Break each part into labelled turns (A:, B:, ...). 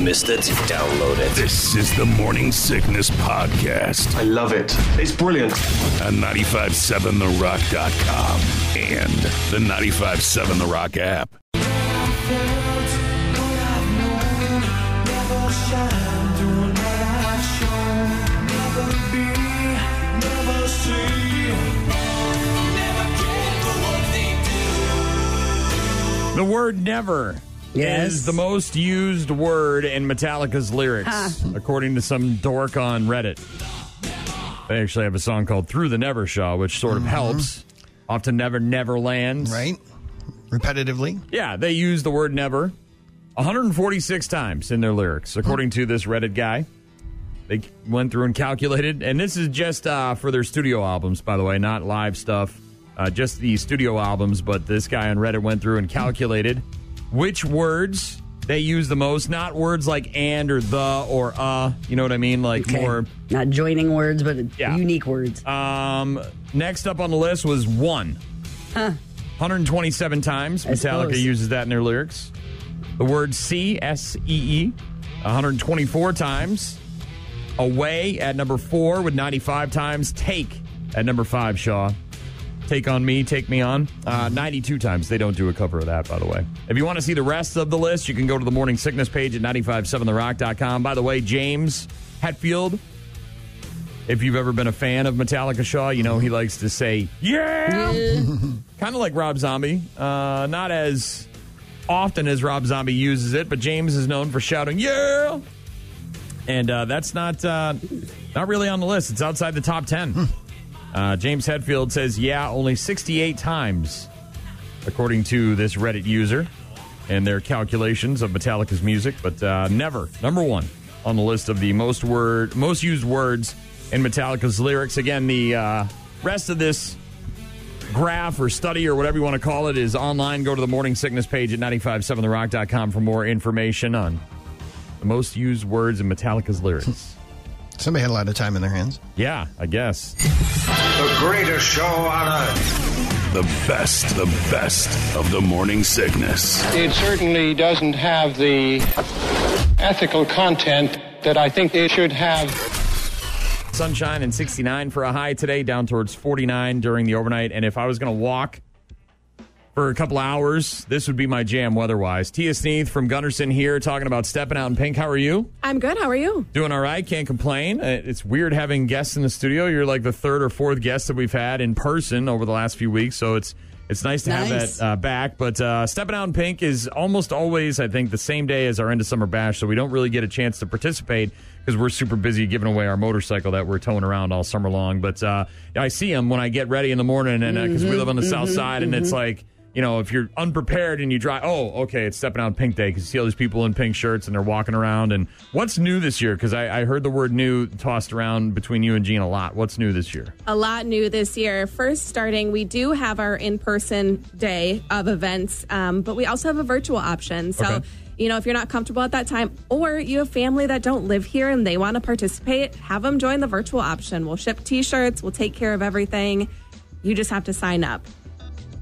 A: missed it, download it.
B: This is the Morning Sickness Podcast
C: I love it. It's brilliant.
B: on 957therock.com and the 957 The Rock app.
D: The word never
E: Yes.
D: is the most used word in Metallica's lyrics, according to some dork on Reddit. They actually have a song called Through the Never Shaw, which sort of helps. Off to Never Never Lands.
E: Mm-hmm. right? Repetitively.
D: Yeah, they use the word never 146 times in their lyrics, according to this Reddit guy. They went through and calculated, and this is just uh, for their studio albums, by the way, not live stuff, uh, just the studio albums. But this guy on Reddit went through and calculated which words they use the most, not words like and or the or uh, you know what I mean? Like
E: Okay.
D: more.
F: Not joining words, but
D: Yeah.
F: unique words.
D: Um, next up on the list was one. 127 times.
F: I
D: Metallica
F: suppose.
D: uses that in their lyrics. The word C, S E E, 124 times. Away at number four with 95 times. Take at number five, Shaw. Take on me, take me on. Uh, 92 times. They don't do a cover of that, by the way. If you want to see the rest of the list, you can go to the morning sickness page at 957therock.com. By the way, James Hetfield, if you've ever been a fan of Metallica Shaw, you know he likes to say, yeah! kind of like Rob Zombie. Uh, not as often as Rob Zombie uses it, but James is known for shouting, yeah! And uh, that's not uh, not really on the list. It's outside the top 10. Uh, James Hetfield says, yeah, only 68 times, according to this Reddit user and their calculations of Metallica's music, but uh, never number one on the list of the most word most used words in Metallica's lyrics. Again, the uh, rest of this graph or study or whatever you want to call it is online. Go to the Morning Sickness page at 957therock.com for more information on the most used words in Metallica's lyrics.
E: Somebody had a lot of time in their hands.
D: yeah, I guess.
C: The greatest show on earth.
B: The best, the best of the morning sickness.
G: It certainly doesn't have the ethical content that I think it should have.
D: Sunshine and 69 for a high today, down towards 49 during the overnight. And if I was going to walk for a couple hours, this would be my jam weather-wise. Tia Sneath from Gunderson here talking about stepping out in pink. How are you?
H: I'm good. How are you?
D: Doing all right. Can't complain. Uh, It's weird having guests in the studio. You're like the third or fourth guest that we've had in person over the last few weeks. So it's it's nice to have
F: Nice.
D: that uh, back. But uh, stepping out in pink is almost always, I think, the same day as our end of summer bash. So we don't really get a chance to participate because we're super busy giving away our motorcycle that we're towing around all summer long. But uh, I see them when I get ready in the morning, and uh, because
F: Mm-hmm,
D: we live on the south side, and it's like. You know, if you're unprepared and you drive, oh, okay, it's stepping out pink day because you see all these people in pink shirts and they're walking around. And what's new this year? Because I, I heard the word new tossed around between you and Gene a lot. What's new this year?
H: A lot new this year. First, starting, we do have our in person day of events, um, but we also have a virtual option. So,
D: Okay.
H: you know, if you're not comfortable at that time or you have family that don't live here and they want to participate, have them join the virtual option. We'll ship t shirts, we'll take care of everything. You just have to sign up.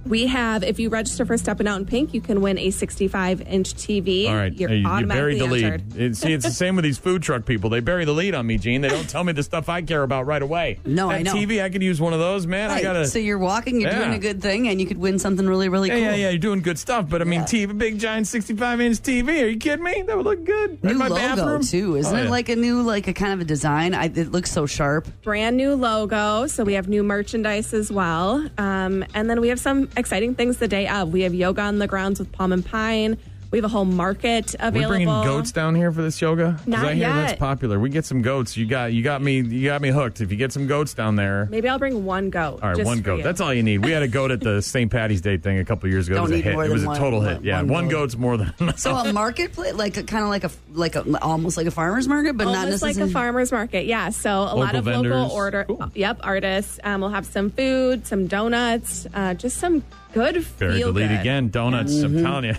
H: We have, if you register for Stepping Out in Pink, you can win a 65 inch TV.
D: All right,
H: You're
D: Hey, you
H: automatically
D: buried the lead.
H: entered.
D: It- see, it's the same with these food truck people. They bury the lead on me, Gene. They don't tell me the stuff I care about right away.
F: No,
D: that
F: I know.
D: TV, I could use one of those, man. I
F: Right.
D: gotta.
F: so you're walking, you're
D: Yeah.
F: doing a good thing, and you could win something really, really
D: yeah,
F: cool.
D: yeah, yeah. You're doing good stuff, but I mean,
F: Yeah.
D: TV, big giant 65 inch TV. Are you kidding me? That would look good. Right
F: New
D: in my
F: logo
D: bathroom.
F: too, isn't
D: Oh,
F: it?
D: yeah.
F: Like a new, like a kind of a design. I, it looks so sharp.
H: brand new logo. So we have new merchandise as well. Um, and then we have some exciting things the day of. We have yoga on the grounds with Palm and Pine. We have a whole market
D: We're
H: available.
D: bringing goats down here for this yoga. 'Cause
H: Not
D: I hear that's
H: yet.
D: popular. We get some goats. You got, you got me, you got me hooked. If you get some goats down there.
H: Maybe I'll bring one goat.
D: All right,
H: just
D: one
H: for
D: goat.
H: you.
D: That's all you need. We had a goat at the St. Patty's Day thing a couple years ago.
F: Don't
D: it was a
F: need
D: hit.
F: more
D: it was
F: than
D: a
F: one-
D: total
F: one-
D: hit. Yeah, one,
F: one goat.
D: goat's more than enough.
F: So a marketplace, like a kind of like a like a almost like a farmer's market, but not
H: Almost like
F: necessarily
H: a farmer's market, yeah. So a lot
D: Local
H: of
D: vendors.
H: local order,
D: Cool.
H: yep, artists. Um, we'll have some food, some donuts, uh, just some good
D: Buried
H: feel
D: the lead
H: good.
F: Mm-hmm.
D: again. Donuts. I'm telling you.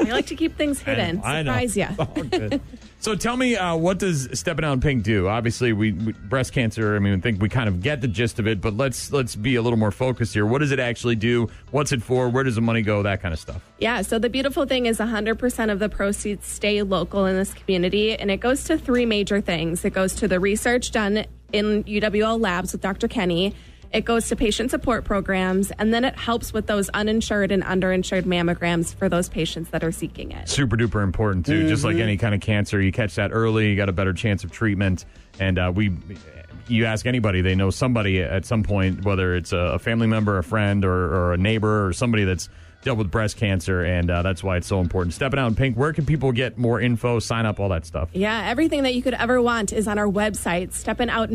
H: I like to keep things hidden.
D: I know.
H: Surprise you.
D: All good. so tell me, uh, what does stepping out in pink do? Obviously, we, we breast cancer. I mean, I think we kind of get the gist of it, but let's let's be a little more focused here. What does it actually do? What's it for? Where does the money go? That kind of stuff.
H: Yeah, so the beautiful thing is 100% of the proceeds stay local in this community, and it goes to three major things. It goes to the research done in UWL labs with Dr. Kenny, it goes to patient support programs, and then it helps with those uninsured and underinsured mammograms for those patients that are seeking it.
D: Super duper important too. Just like any kind of cancer, you catch that early, you got a better chance of treatment. And uh, we, you ask anybody, they know somebody at some point, whether it's a family member, a friend, or, or a neighbor, or somebody that's dealt with breast cancer, and uh, that's why it's so important. Stepping out in pink. Where can people get more info, sign up, all that stuff?
H: Yeah, everything that you could ever want is on our website,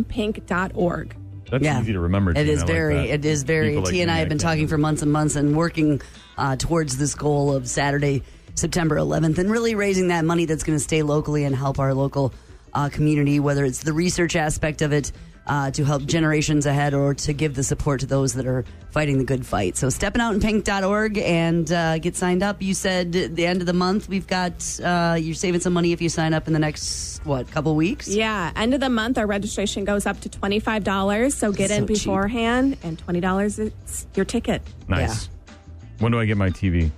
H: steppinoutinpink.org.
D: That's easy to remember.
F: It
D: Gina.
F: is
D: I like
F: very.
D: that.
F: it is very.
D: People like
F: T and
D: you
F: I have
D: that
F: been
D: can-
F: talking for months and months and working uh, towards this goal of Saturday, September 11th, and really raising that money that's going to stay locally and help our local uh, community, whether it's the research aspect of it. Uh, to help generations ahead or to give the support to those that are fighting the good fight. So steppinoutinpink.org and uh, get signed up. You said at the end of the month we've got uh, you're saving some money if you sign up in the next what couple weeks.
H: Yeah, end of the month, our registration goes up to $25, so get
F: So
H: in
F: cheap.
H: beforehand, and $20 is your ticket.
D: Nice. When do I get my TV?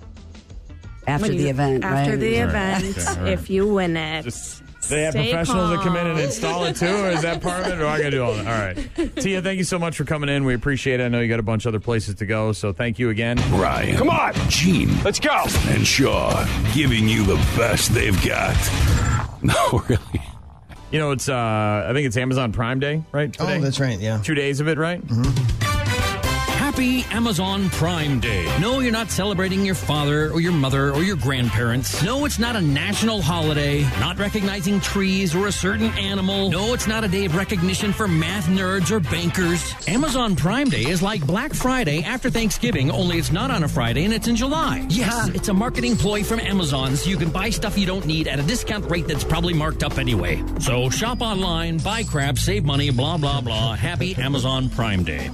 F: after
H: When
F: the
H: you-
F: event.
H: After
F: right?
H: the
D: All right,
H: event,
D: okay, all right.
H: if you win it.
D: Just they have
H: Stay
D: professionals that come in and
H: calm.
D: install it too, or is that part of it? Or I gotta do all that. All right. Tia, thank you so much for coming in. We appreciate it. I know you got a bunch of other places to go, so thank you again.
B: Ryan. Come on. Gene. Let's go. And Shaw giving you the best they've got. No, really.
D: You know, it's uh I think it's Amazon Prime Day, right?
E: Oh,
D: today?
E: that's right. Mm-hmm. Yeah.
D: Two days of it, right?
A: Happy Amazon Prime Day. No, you're not celebrating your father or your mother or your grandparents. No, it's not a national holiday, not recognizing trees or a certain animal. No, it's not a day of recognition for math nerds or bankers. Amazon Prime Day is like Black Friday after Thanksgiving, only it's not on a Friday and it's in July. Yes, it's a marketing ploy from Amazon so you can buy stuff you don't need at a discount rate that's probably marked up anyway. So shop online, buy crap, save money, blah, blah, blah. Happy Amazon Prime Day.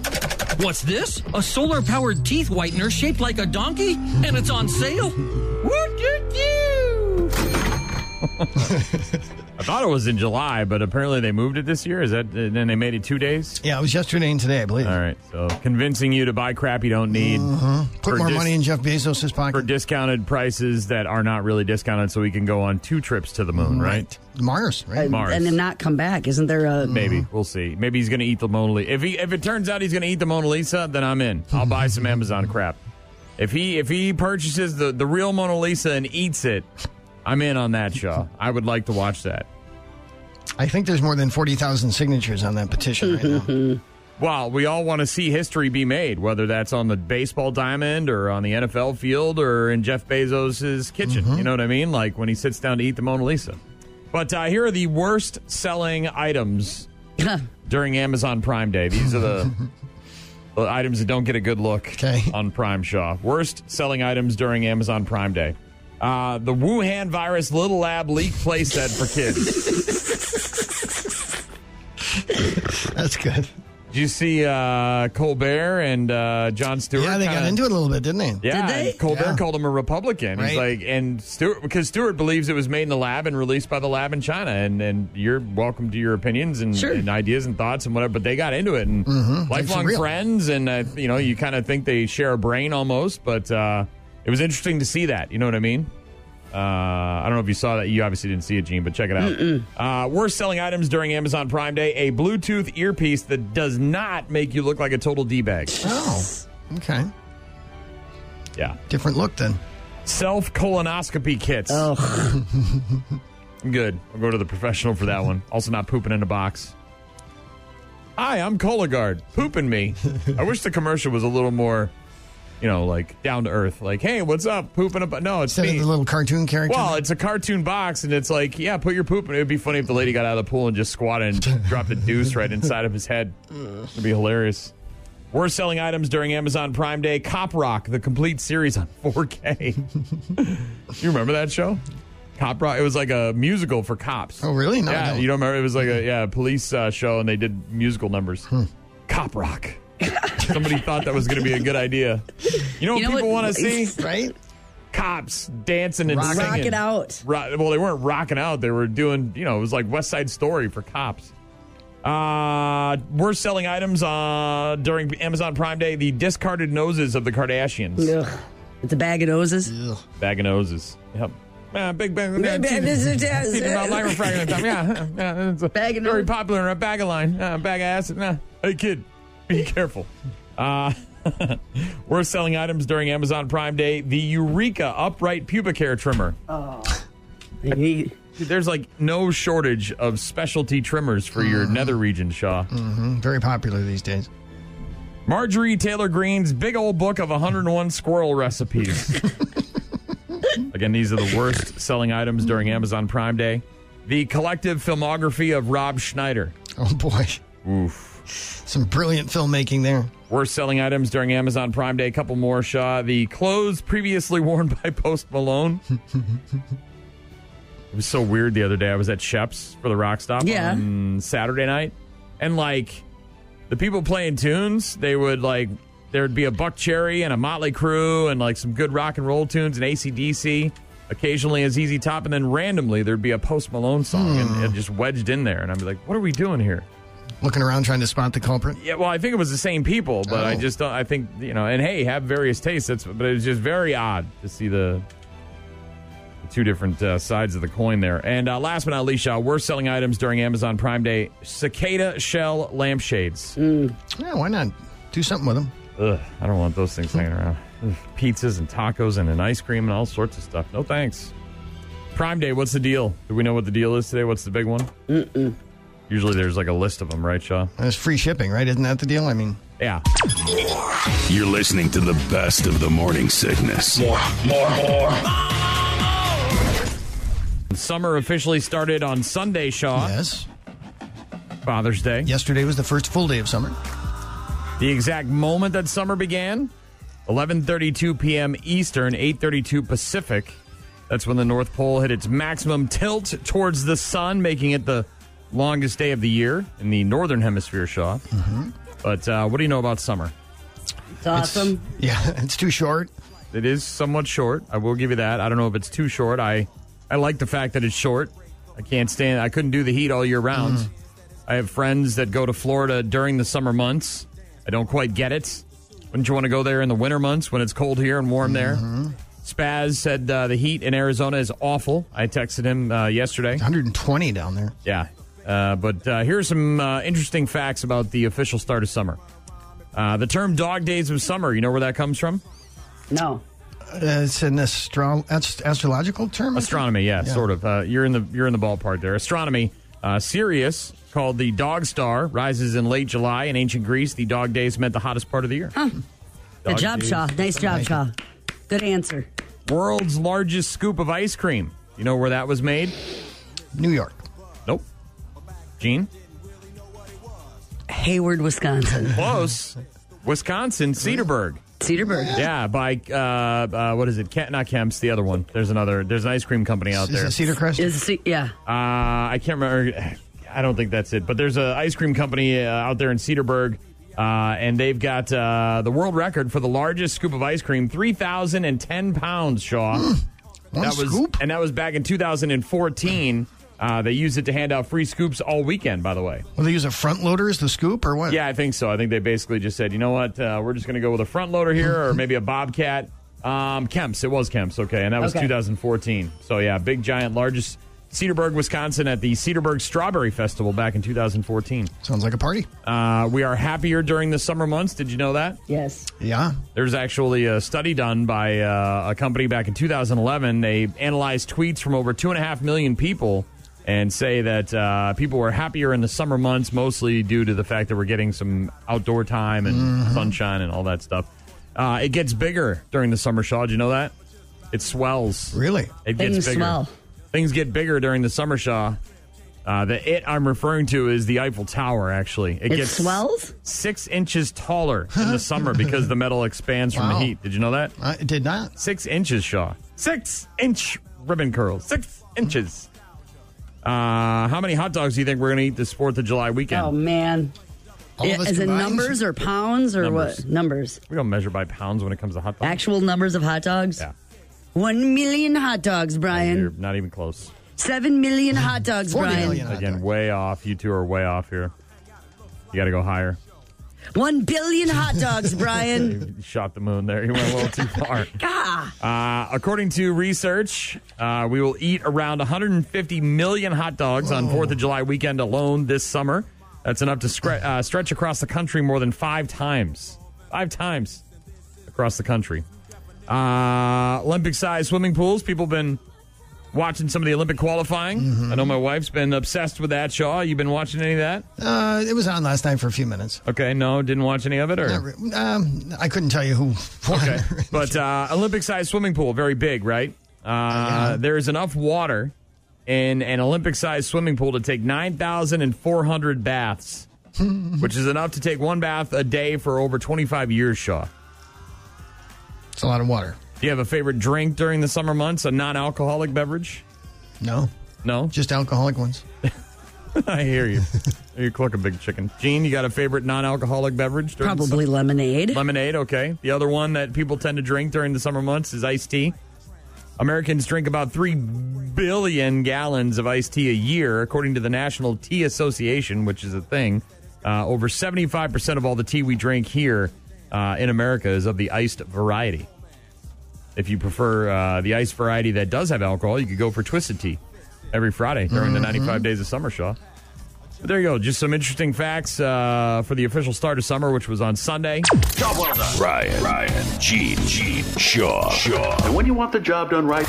A: What's this? A solar powered teeth whitener shaped like a donkey? And it's on sale? What did you?
D: I thought it was in July, but apparently they moved it this year. Is that and then they made it two days?
E: Yeah, it was yesterday and today, I believe. Mm-hmm.
D: All right. So convincing you to buy crap you don't need.
E: Put
D: for
E: more
D: dis-
E: money in Jeff Bezos'
D: for
E: pocket.
D: discounted prices that are not really discounted, so we can go on two trips to the moon, right?
E: Mars, right?
D: Mars.
F: and then not come back. Isn't there a
D: Maybe
E: Mm-hmm.
D: we'll see. Maybe he's going to eat the Mona Lisa. If he if it turns out he's going to eat the Mona Lisa, then I'm in. I'll buy some Amazon crap. If he if he purchases the the real Mona Lisa and eats it, I'm in on that show. I would like to watch that.
E: I think there's more than 40,000 signatures on that petition right now.
D: Well, we all want to see history be made, whether that's on the baseball diamond or on the NFL field or in Jeff Bezos' kitchen. You know what I mean? Like when he sits down to eat the Mona Lisa. But uh, here are the worst selling items during Amazon Prime Day. These are the the items that don't get a good look
E: Okay.
D: on Prime Shaw. Worst selling items during Amazon Prime Day. Uh, the Wuhan virus little lab leak playset for kids.
E: That's good.
D: Did you see uh, Colbert and uh, John Stewart?
E: Yeah, they got
D: kinda-
E: into it a little bit, didn't they?
D: Yeah,
F: Did they?
D: and Colbert
E: Yeah.
D: called him a Republican. He's
E: Right.
D: like, and Stewart because Stewart believes it was made in the lab and released by the lab in China, and and you're welcome to your opinions and,
F: Sure.
D: and ideas and thoughts and whatever. But they got into it and lifelong
E: real.
D: friends, and uh, you know, you kind of think they share a brain almost. But uh, it was interesting to see that. You know what I mean? Uh, I don't know if you saw that. You obviously didn't see it, Gene, but check it out. Uh, worst selling items during Amazon Prime Day: a Bluetooth earpiece that does not make you look like a total d bag.
E: Oh, okay.
D: Yeah.
E: Different look then.
D: self colonoscopy kits. Oh. I'm good. I'll go to the professional for that one. Also, not pooping in a box. Hi, I'm Cologuard. Pooping me. I wish the commercial was a little more, you know, like down to earth. Like, hey, what's up? Pooping a bo-" No, it's
E: Instead
D: me.
E: of the little cartoon character.
D: Well, it's a cartoon box, and it's like, yeah, put your poop. in. It would be funny if the lady got out of the pool and just squatted and dropped a deuce right inside of his head. It'd be hilarious. Worst selling items during Amazon Prime Day: Cop Rock, the complete series on 4K. you remember that show? Cop Rock. It was like a musical for cops.
E: oh, really? No,
D: yeah.
E: I don't.
D: You don't remember? It was like a yeah a police uh, show, and they did musical numbers.
E: Hmm.
D: Cop Rock. Somebody thought that was going to be a good idea. You know what
F: You know
D: people
F: what-
D: want to see?
E: right?
D: cops dancing and
E: Rock it
D: singing.
I: out.
D: Ro- well, they weren't rocking out. They were doing, you know, it was like West Side Story for cops. Uh, we're selling items uh, during Amazon Prime Day. The discarded noses of the Kardashians.
I: Ugh. It's a bag of noses.
D: Bag of noses. Yep. Yeah, big bang.
I: Bag- bag- this is- yes.
D: People about Lyra Fragrance. Yeah, yeah, it's a
I: Bag of
D: very
I: nose.
D: popular. A bag of line, uh, bag of acid. Nah. Hey kid, be careful. Uh, we're selling items during Amazon Prime Day. The Eureka upright pubic hair trimmer.
I: Oh, He-
D: Dude, there's like no shortage of specialty trimmers for
I: Mm.
D: your nether region, Shaw.
E: Mm-hmm. Very popular these days.
D: Marjorie Taylor Greene's big old book of 101 squirrel recipes. Again, these are the worst selling items during Amazon Prime Day. The collective filmography of Rob Schneider.
E: Oh boy,
D: Oof.
E: some brilliant filmmaking there.
D: Worst selling items during Amazon Prime Day. A couple more, Shaw. The clothes previously worn by Post
E: Hmm.
D: Malone. it was so weird the other day. I was at Shep's for the Rock Stop
I: Yeah.
D: on Saturday night. And like the people playing tunes, they would like there'd be a Buck Cherry and a Motley Crue and like some good rock and roll tunes and ACDC. Occasionally as Easy Top, and then randomly there'd be a Post Malone song and, and just wedged in there. And I'd be like, what are we doing here?
E: Looking around trying to spot the culprit.
D: Yeah, well, I think it was the same people, but I
E: Oh.
D: just don't. I think you know, and hey, have various tastes. That's but it was just very odd to see the, the two different uh, sides of the coin there. And uh, last but not least, Shaw, we're selling items during Amazon Prime Day: cicada shell lampshades.
E: Yeah, why not do something with them?
D: Ugh, I don't want those things hanging around. Ugh, pizzas and tacos and an ice cream and all sorts of stuff. No thanks. Prime Day, what's the deal? Do we know what the deal is today? What's the big one? Mm-mm. Usually, there's like a list of them, right, Shaw?
E: That's free shipping, right? Isn't that the deal? I mean,
D: Yeah.
B: You're listening to the best of the morning sickness.
D: Summer officially started on Sunday, Shaw.
E: yes.
D: Father's Day.
E: Yesterday was the first full day of summer.
D: The exact moment that summer began, 11:32 p.m. Eastern, 8:32 Pacific. That's when the North Pole hit its maximum tilt towards the sun, making it the longest day of the year in the northern hemisphere, Shaw.
E: Hmm.
D: But uh, what do you know about summer?
I: It's awesome.
E: Yeah, it's too short.
D: It is somewhat short. I will give you that. I don't know if it's too short. I I like the fact that it's short. I can't stand. I couldn't do the heat all year round.
E: Mm.
D: I have friends that go to Florida during the summer months. I don't quite get it. Wouldn't you want to go there in the winter months when it's cold here and warm
E: Mm-hmm.
D: there? Spaz said uh, the heat in Arizona is awful. I texted him uh, yesterday.
E: 120 down there.
D: Yeah. Uh, but uh, here are some uh, interesting facts about the official start of summer. Uh, the term dog days of summer, you know where that comes from?
I: No.
E: Uh, it's an astro- ast- astrological term. I think?
D: Astronomy, yeah,
E: Yeah.
D: sort of. Uh, you're in the you're in the ballpark there. Astronomy. Uh, Sirius, called the dog star, rises in late July in ancient Greece. The dog days meant the hottest part of the year.
F: Good job,
D: days.
F: Shaw. Nice job,
E: Nice.
F: Shaw. Good answer.
D: World's largest scoop of ice cream. You know where that was made?
E: New York.
D: Nope. Gene,
F: Hayward, Wisconsin.
D: close. Wisconsin, Cedarburg.
F: Cedarburg.
D: Yeah, by uh, uh, what is it? Ke- not Kemp's. The other one. There's another. There's an ice cream company out
E: Is
D: there.
E: it Cedar Crest?
F: Is it, Ce- yeah.
D: Uh, I can't remember. I don't think that's it. But there's a ice cream company uh, out there in Cedarburg, uh, and they've got uh, the world record for the largest scoop of ice cream, three thousand and ten pounds. Shaw,
E: One
D: that was,
E: scoop?
D: and that was back in 2014. Uh, they used it to hand out free scoops all weekend. By the way,
E: Will they use a front loader as the scoop or what?
D: yeah, I think so. I think they basically just said, you know what, uh, we're just going to go with a front loader here, or maybe a bobcat. Um, Kemp's, it was Kemp's, okay, and that was
I: Okay.
D: 2014. So yeah, big giant, largest Cedarburg, Wisconsin, at the Cedarburg Strawberry Festival back in 2014.
E: Sounds like a party.
D: Uh, we are happier during the summer months. Did you know that?
I: Yes.
E: Yeah.
D: There's actually a study done by uh, a company back in 2011. They analyzed tweets from over two and a half million people and say that uh, people were happier in the summer months, mostly due to the fact that we're getting some outdoor time and
E: Mm-hmm.
D: sunshine and all that stuff. Uh, it gets bigger during the summer, Shaw. Did you know that? It swells.
E: Really?
D: It gets
I: Things
D: bigger.
I: swell.
D: Things get bigger during the summer, Shaw. Uh, the it I'm referring to is the Eiffel Tower, actually.
I: It swells?
D: six inches taller in the summer because the metal expands from
E: Wow.
D: the heat. Did you know that?
E: I did not.
D: Six inches, Shaw. Six inch ribbon curls. Six inches. Uh, how many hot dogs do you think we're going to eat this 4th of July weekend?
I: Oh man.
E: All of us
I: Is it
E: combined?
I: numbers or pounds or
D: Numbers.
I: what? Numbers.
D: we don't measure by pounds when it comes to hot dogs.
I: Actual numbers of hot dogs.
D: Yeah.
I: One million hot dogs,
D: You're
I: Brian.
D: not even close.
I: Seven million hot dogs,
E: Forty
I: Brian.
E: million. hot
D: Again, way off. You two are way off here. You got to go higher.
I: One billion hot dogs, Brian.
D: You shot the moon there. You went a little too far.
I: Gah.
D: Uh, according to research, uh, we will eat around 150 million hot dogs on 4th of July weekend alone this summer. That's enough to scre- uh, stretch across the country more than five times. Five times across the country. Uh, Olympic sized swimming pools. People have been watching some of the Olympic qualifying.
E: Mm-hmm.
D: I know my wife's been obsessed with that, Shaw. You been watching any of that?
E: Uh, it was on last night for a few minutes.
D: Okay, no, didn't watch any of it? Or?
E: Not re- Um, I couldn't tell you who. won.
D: Okay. but uh, Olympic sized swimming pool, very big, right? Uh, There is enough water in an Olympic sized swimming pool to take 9,400 baths, which is enough to take one bath a day for over 25 years, Shaw.
E: it's a lot of water.
D: Do you have a favorite drink during the summer months, a non alcoholic beverage?
E: No,
D: No?
E: just alcoholic ones.
D: I hear you. You're clucking big chicken. Gene, you got a favorite non alcoholic beverage? During the summer-
I: Probably lemonade.
D: Lemonade, okay. The other one that people tend to drink during the summer months is iced tea. Americans drink about 3 billion gallons of iced tea a year, according to the National Tea Association, which is a thing. Uh, over 75% of all the tea we drink here uh, in America is of the iced variety. If you prefer uh, the iced variety that does have alcohol, you could go for twisted tea every Friday
J: Mm-hmm.
D: during the 95 days of summer, Shaw. But there you go. Just some interesting facts uh, for the official start of summer, which was on Sunday.
B: Ryan, Ryan, Gene, Gene, Shaw, Shaw.
C: And when you want the job done right,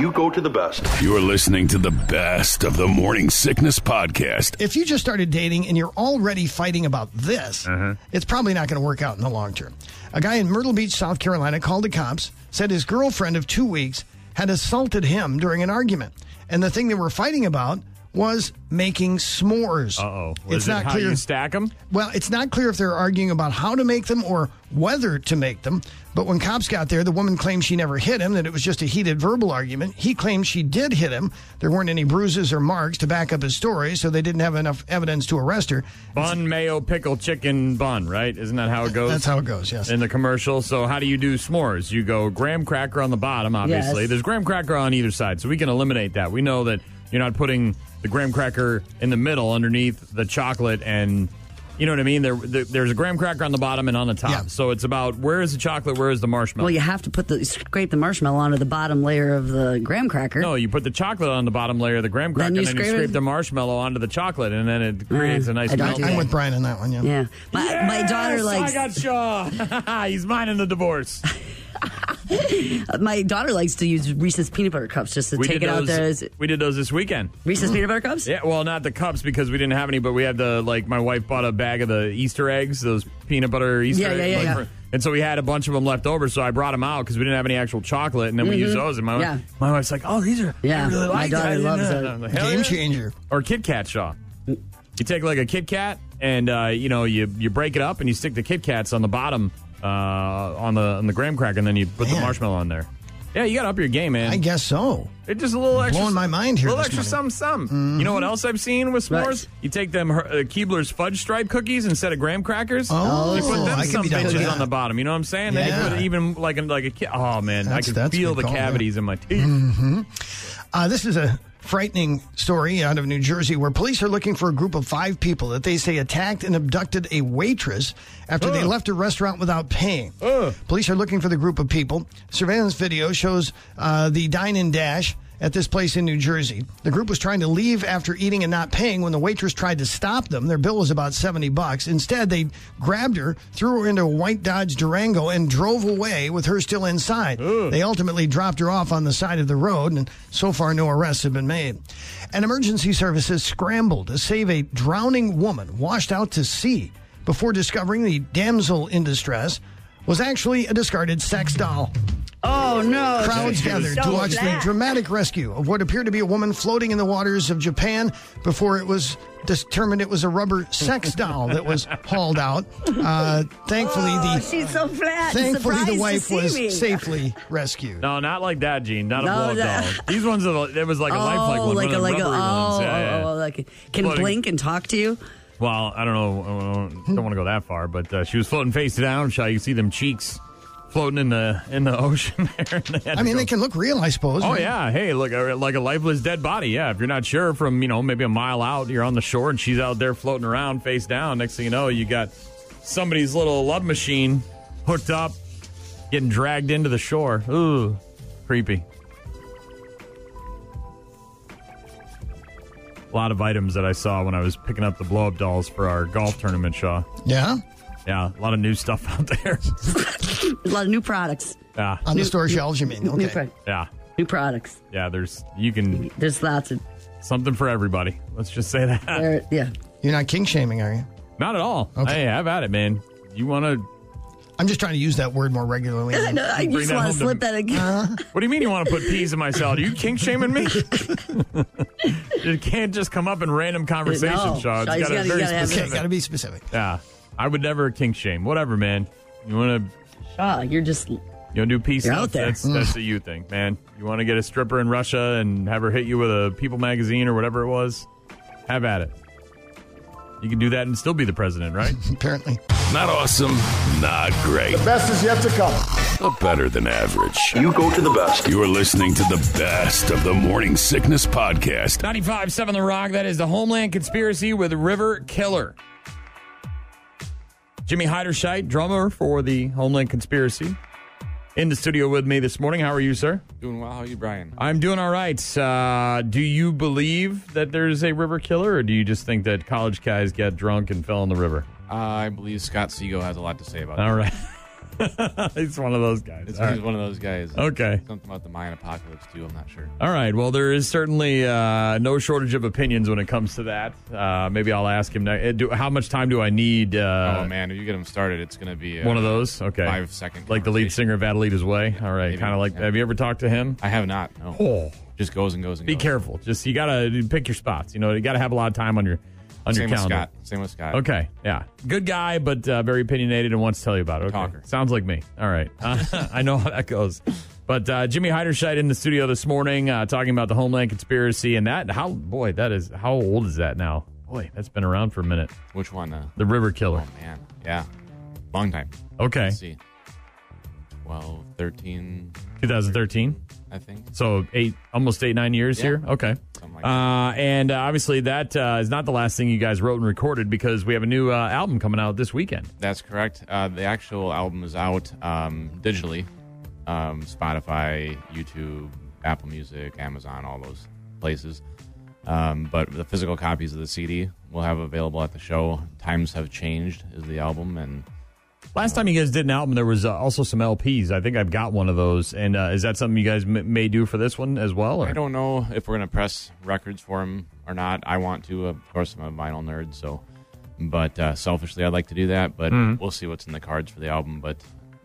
C: you go to the best.
B: You're listening to the best of the Morning Sickness Podcast.
E: If you just started dating and you're already fighting about this,
B: Uh-huh.
E: it's probably not going to work out in the long term. A guy in Myrtle Beach, South Carolina, called the cops, said his girlfriend of two weeks had assaulted him during an argument, and the thing they were fighting about was making s'mores.
D: Uh-oh.
E: it's
D: Is it
E: not
D: how
E: clear.
D: you stack them?
E: Well, it's not clear if they're arguing about how to make them or whether to make them. But when cops got there, the woman claimed she never hit him, that it was just a heated verbal argument. He claimed she did hit him. There weren't any bruises or marks to back up his story, so they didn't have enough evidence to arrest her.
D: Bun, mayo, pickle, chicken, bun, right? Isn't that how it goes?
E: That's how it goes, yes.
D: in the commercial. So how do you do s'mores? You go graham cracker on the bottom, obviously.
I: Yes.
D: There's graham cracker on either side, so we can eliminate that. We know that you're not putting the graham cracker in the middle underneath the chocolate and you know what I mean? There, there- there's a graham cracker on the bottom and on the top.
E: Yeah.
D: So it's about where is the chocolate, where is the marshmallow?
F: Well, you have to put the scrape the marshmallow onto the bottom layer of the graham cracker.
D: No, you put the chocolate on the bottom layer of the graham cracker,
F: Then you
D: and then you
F: scrape it- Mm.
D: scrape the marshmallow onto the chocolate, and then it creates a nice
F: I don't
D: melt.
F: do
E: I'm
F: that.
E: with Brian on that one, yeah.
F: Yeah, my my daughter
D: Yes,
F: likes
D: I got Shaw. Oh, He's mine in the divorce.
F: my daughter likes to use Reese's peanut butter cups just to take it out there. As,
D: we did those this weekend. Mm-hmm.
F: Reese's peanut butter cups.
D: Yeah, well, not the cups because we didn't have any, but we had the like. My wife bought a bag of the Easter eggs, those peanut butter Easter
F: Yeah, yeah,
D: eggs,
F: yeah,
D: like,
F: yeah.
D: for- and so we had a bunch of them left over. So I brought them out because we didn't have any actual chocolate, and then we used those. And my
F: Mm-hmm. Yeah.
D: my wife's like, "Oh, these are
F: Yeah,
D: I really
F: my
D: like
F: daughter
D: that.
F: loves
D: yeah.
F: it. Mm.
D: I'm like, "Hell
E: Game
D: yeah."
E: changer.
D: or Kit Kat Shaw. You take like a Kit Kat and uh, you know you you break it up and you stick the Kit Kats on the bottom uh, on the on the graham cracker and then you put the
E: Man.
D: marshmallow on there. Yeah, you got to up your game, man.
E: I guess so.
D: It's just a little extra.
E: Blowing my mind here
D: A little
E: this
D: extra some
E: morning. Mm-hmm.
D: some. You know what else I've seen with s'mores?
F: Right.
D: You take them uh, Keebler's fudge stripe cookies instead of graham crackers.
E: Oh,
D: you put them
E: I could
D: some
E: be down with
D: bitches
E: that.
D: on the bottom. You know what I'm saying? Then you
E: Yeah.
D: put even like a- like a ki- oh man,
E: That's-
D: I can
E: that's a
D: feel
E: good
D: the
E: call, yeah.
D: cavities in my teeth.
E: Uh, this is a frightening story out of New Jersey where police are looking for a group of five people that they say attacked and abducted a waitress after they left a restaurant without paying. Police are looking for the group of people. Surveillance video shows uh, the dine and dash. At this place in New Jersey, the group was trying to leave after eating and not paying. When the waitress tried to stop them, their bill was about seventy bucks. Instead, they grabbed her, threw her into a white Dodge Durango, and drove away with her still inside. They ultimately dropped her off on the side of the road, and so far, no arrests have been made. And emergency services scrambled to save a drowning woman washed out to sea before discovering the damsel in distress was actually a discarded sex doll.
I: Oh no!
E: Crowds gathered to watch the dramatic rescue of what appeared to be a woman floating in the waters of Japan before it was determined it was a rubber sex doll that was hauled out. Uh, thankfully,
I: Oh,
E: the
I: she's so flat.
E: thankfully
I: Surprised
E: the
I: to
E: wife
I: see
E: was
I: me.
E: safely rescued.
D: No, not like that, Gene. Not
F: No,
D: a blow up
F: that-
D: doll. These ones, are, the- it was like a lifelike
F: Oh,
D: one,
F: like
D: one
F: a
D: of the
F: like a
D: rubbery
F: oh,
D: ones. Yeah, yeah.
F: oh, oh, like a- can
D: Floating.
F: blink and talk to you.
D: Well, I don't know. I don't want to go that far, but uh, she was floating face down. Shaw, you can see them cheeks floating in the in the ocean. there. And had
E: I
D: to
E: mean,
D: go-
E: they can look real, I suppose.
D: Oh
E: right?
D: yeah, hey, look uh, like a lifeless dead body. Yeah, if you're not sure from you know maybe a mile out, you're on the shore and she's out there floating around face down. Next thing you know, you got somebody's little love machine hooked up, getting dragged into the shore. Ooh, creepy. A lot of items that I saw when I was picking up the blow up dolls for our golf tournament, Shaw.
E: Yeah?
D: Yeah, a lot of new stuff out there.
I: A lot of new products.
D: yeah,
E: On the store shelves, you mean?
I: New,
E: Okay.
I: pro-
D: yeah,
I: new products.
D: yeah. There's you can
I: There's lots of.
D: something for everybody. Let's just say that.
I: there- yeah.
E: You're not king shaming, are you?
D: Not at all.
E: Okay.
D: Hey, I've had it, man. You want to?
E: I'm just trying to use that word more regularly.
I: No, I
D: Bring
I: just
D: that
I: want
D: home
I: to
D: to
I: slip
D: me.
I: that again.
E: Uh-huh.
D: What do you mean you want to put peas in my salad? Are you kink shaming me? it can't just come up in random conversation,
I: No.
D: Shaw. It's
I: Shaw, you
D: got to
I: gotta-
D: very
I: you gotta have it.
E: okay,
D: specific.
E: got to be specific.
D: Yeah, I would never kink shame. Whatever, man. You want to?
I: Shaw, you're just.
D: You want to do pea
I: You're
D: stuff?
I: out there.
D: That's
E: Mm.
D: that's a you thing, man. You want to get a stripper in Russia and have her hit you with a People magazine or whatever it was? Have at it. You can do that and still be the president, right?
E: Apparently.
B: Not awesome, not great,
K: Best is yet to come.
B: but better than average.
C: You go to the best.
B: You're listening to the best of the Morning Sickness Podcast.
D: 95 7 The Rock. That is the Homeland Conspiracy with River Killer. Jimmy Heiderscheit, drummer for the Homeland Conspiracy, in the studio with me this morning. How are you, sir?
J: Doing well. How are you, Brian?
D: I'm doing all right. Uh, do you believe that there's a river killer, or do you just think that college guys got drunk and fell in the river?
J: Uh, I believe Scott Siegel has a lot to say about that.
D: All right. He's one of those guys.
J: It's,
D: All right.
J: He's one of those guys.
D: Okay.
J: Something about the Mayan apocalypse, too. I'm not sure.
D: All right. Well, there is certainly uh, no shortage of opinions when it comes to that. Uh, maybe I'll ask him. Now, do, how much time do I need? Uh,
J: oh, man. If you get him started, it's going to be uh,
D: One of those. Okay.
J: Five second.
D: Like the lead
J: conversation.
D: singer of Adelita's Way. All right.
J: maybe.
D: Kind of like.
J: Yeah.
D: Have you ever talked to him?
J: I have not. No.
D: Oh.
J: Just goes and goes and
D: Be
J: goes.
D: careful. Just you gotta pick your spots. You know you gotta have a lot of time on your on
J: Same
D: your
J: with
D: calendar.
J: Scott. Same with Scott.
D: Okay. Yeah. Good guy, but uh, very opinionated and wants to tell you about it. Okay.
J: Talker.
D: Sounds like me. All right. Uh, I know how that goes. But uh, Jimmy Heiderscheidt in the studio this morning uh, talking about the Homeland Conspiracy and that. How, boy, that is, how old is that now? Boy, that's been around for a minute.
J: Which one? Uh,
D: The River Killer.
J: oh, man. Yeah. Long time.
D: Okay.
J: Let's see. 12, 13,
D: 2013.
J: I think.
D: So eight, almost eight, nine years
J: Yeah.
D: here. Okay.
J: Something like
D: Uh, and uh, obviously, that uh, is not the last thing you guys wrote and recorded because we have a new uh, album coming out this weekend.
J: That's correct. Uh, the actual album is out um, digitally, um, Spotify, YouTube, Apple Music, Amazon, all those places. Um, but the physical copies of the CD we'll have available at the show. Times have changed is the album, and
D: Last time you guys did an album, there was uh, also some LPs. I think I've got one of those. And uh, is that something you guys m- may do for this one as well? Or?
J: I don't know if we're gonna press records for him or not. I want to, of course. I'm a vinyl nerd, so. But uh, selfishly, I'd like to do that. But we'll see what's in the cards for the album. But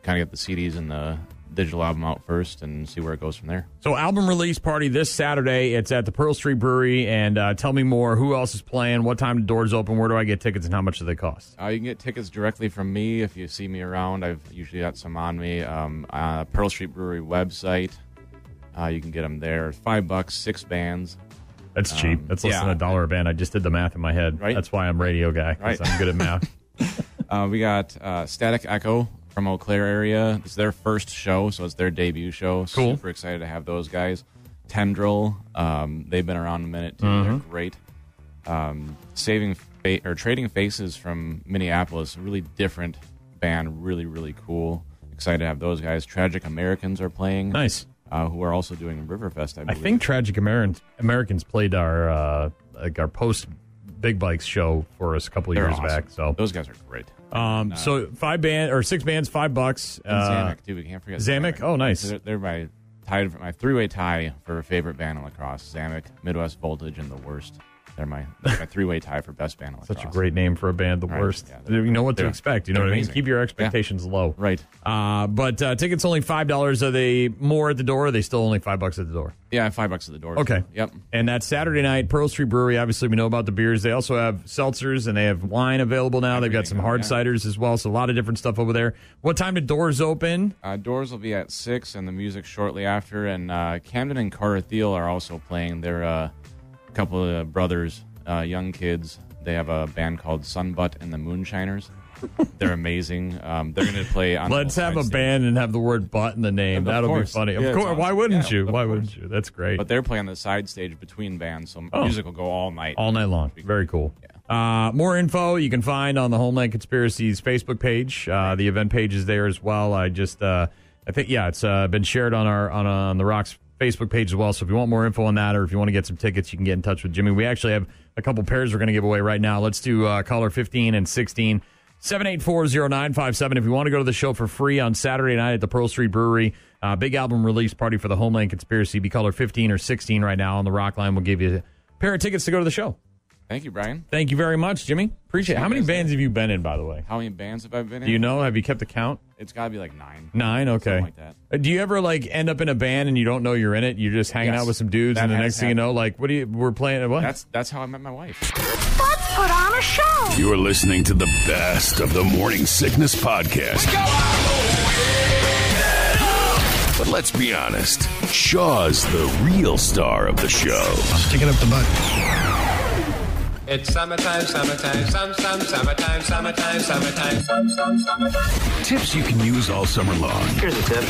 J: kind of get the CDs and the digital album out first, and see where it goes from there.
D: So, album release party this Saturday. It's at the Pearl Street Brewery. And uh, tell me more. Who else is playing? What time the doors open? Where do I get tickets? And how much do they cost?
J: Uh, you can get tickets directly from me if you see me around. I've usually got some on me. Um, uh, Pearl Street Brewery website. Uh, you can get them there. Five bucks, six bands. Um,
D: That's cheap. That's less
J: yeah.
D: than a dollar a band. I just did the math in my head.
J: Right.
D: That's why I'm radio guy. 'cause
J: Right.
D: I'm good at math.
J: Uh, we got uh, Static Echo from Eau Claire area. It's their first show, so it's their debut show.
D: Cool.
J: Super excited to have those guys. Tendril, um, they've been around a minute too. They're
D: Mm-hmm.
J: great. Um, saving fa- or trading faces from Minneapolis, really different band, really really cool. Excited to have those guys. Tragic Americans are playing.
D: nice.
J: uh, who are also doing Riverfest. I,
D: I
J: believe.
D: think Tragic Americans Americans played our uh, like our post Big Bikes show for us a couple of
J: They're
D: years
J: awesome.
D: back. So,
J: those guys are great.
D: um, so five band or six bands, five bucks.
J: And
D: Uh,
J: Zamek too. We can't forget
D: Zamek? Oh, nice.
J: They're, they're my tied for my three-way tie for favorite band in lacrosse. Zamek, Midwest Voltage, and the Worst. They're my they're my three-way tie for best band in lacrosse.
D: such a great name for a band. The
J: Right.
D: worst.
J: Yeah, they're-
D: you know what to
J: they're-
D: expect. You know
J: they're
D: what I mean.
J: amazing.
D: Keep your expectations low.
J: Right.
D: Uh, but uh, tickets only five dollars. Are they more at the door? Or are they still only five bucks at the door?
J: Yeah, five bucks at the door.
D: Okay.
J: Yep.
D: And that's Saturday night, Pearl Street Brewery. Obviously, we know about the beers. They also have seltzers and they have wine available now. They've got
J: Everything,
D: some hard
J: yeah.
D: ciders as well. So a lot of different stuff over there. What time do doors open?
J: Uh, doors will be at six, and the music shortly after. And uh, Camden and Carter Thiel are also playing. They're uh, a couple of brothers, uh, young kids. They have a band called Sunbutt and the Moonshiners. They're amazing. Um, they're going to play on.
D: Let's have a band and have the word butt in the name.
J: Of
D: That'll
J: course.
D: be funny. Of
J: Yeah, it's
D: course.
J: awesome.
D: Why wouldn't
J: Yeah,
D: you?
J: of
D: Why
J: course.
D: wouldn't you? That's great.
J: But they're playing on the side stage between bands, so
D: Oh.
J: music will go all night.
D: All night long. Very cool. Uh, more info you can find on the Homeland Conspiracies Facebook page. Uh, the event page is there as well. I just, uh, I think, yeah, it's uh, been shared on our on, uh, on the Rocks Facebook page as well. So if you want more info on that, or if you want to get some tickets, you can get in touch with Jimmy. We actually have a couple pairs we're going to give away right now. Let's do uh, caller fifteen and sixteen. 7840957 if you want to go to the show for free on Saturday night at the Pearl Street Brewery. Uh, big album release party for the Homeland Conspiracy. Be caller 15 or 16 right now on the Rock Line. We'll give you a pair of tickets to go to the show.
J: Thank you, Brian.
D: Thank you very much, Jimmy. Appreciate it. How many bands have you been in, by the way?
J: How many bands have I been in?
D: Do you know? Have you kept the count?
J: It's got to be like nine.
D: Nine? Okay.
J: Something like that.
D: Uh, Do you ever like end up in a band and you don't know you're in it? You're just hanging
J: Yes.
D: out with some dudes,
J: That
D: and the
J: has
D: next thing you know, like, what do you? We're playing what?
J: That's that's how I met my wife.
K: Let's put on a show.
B: You're listening to the best of the Morning Sickness Podcast. But let's be honest, Shaw's the real star of the show.
E: Sticking up the butt.
L: It's summertime, summertime, some, some, summertime, summertime, summertime, some, some, summertime.
B: Tips you can use all summer long. Here's a tip.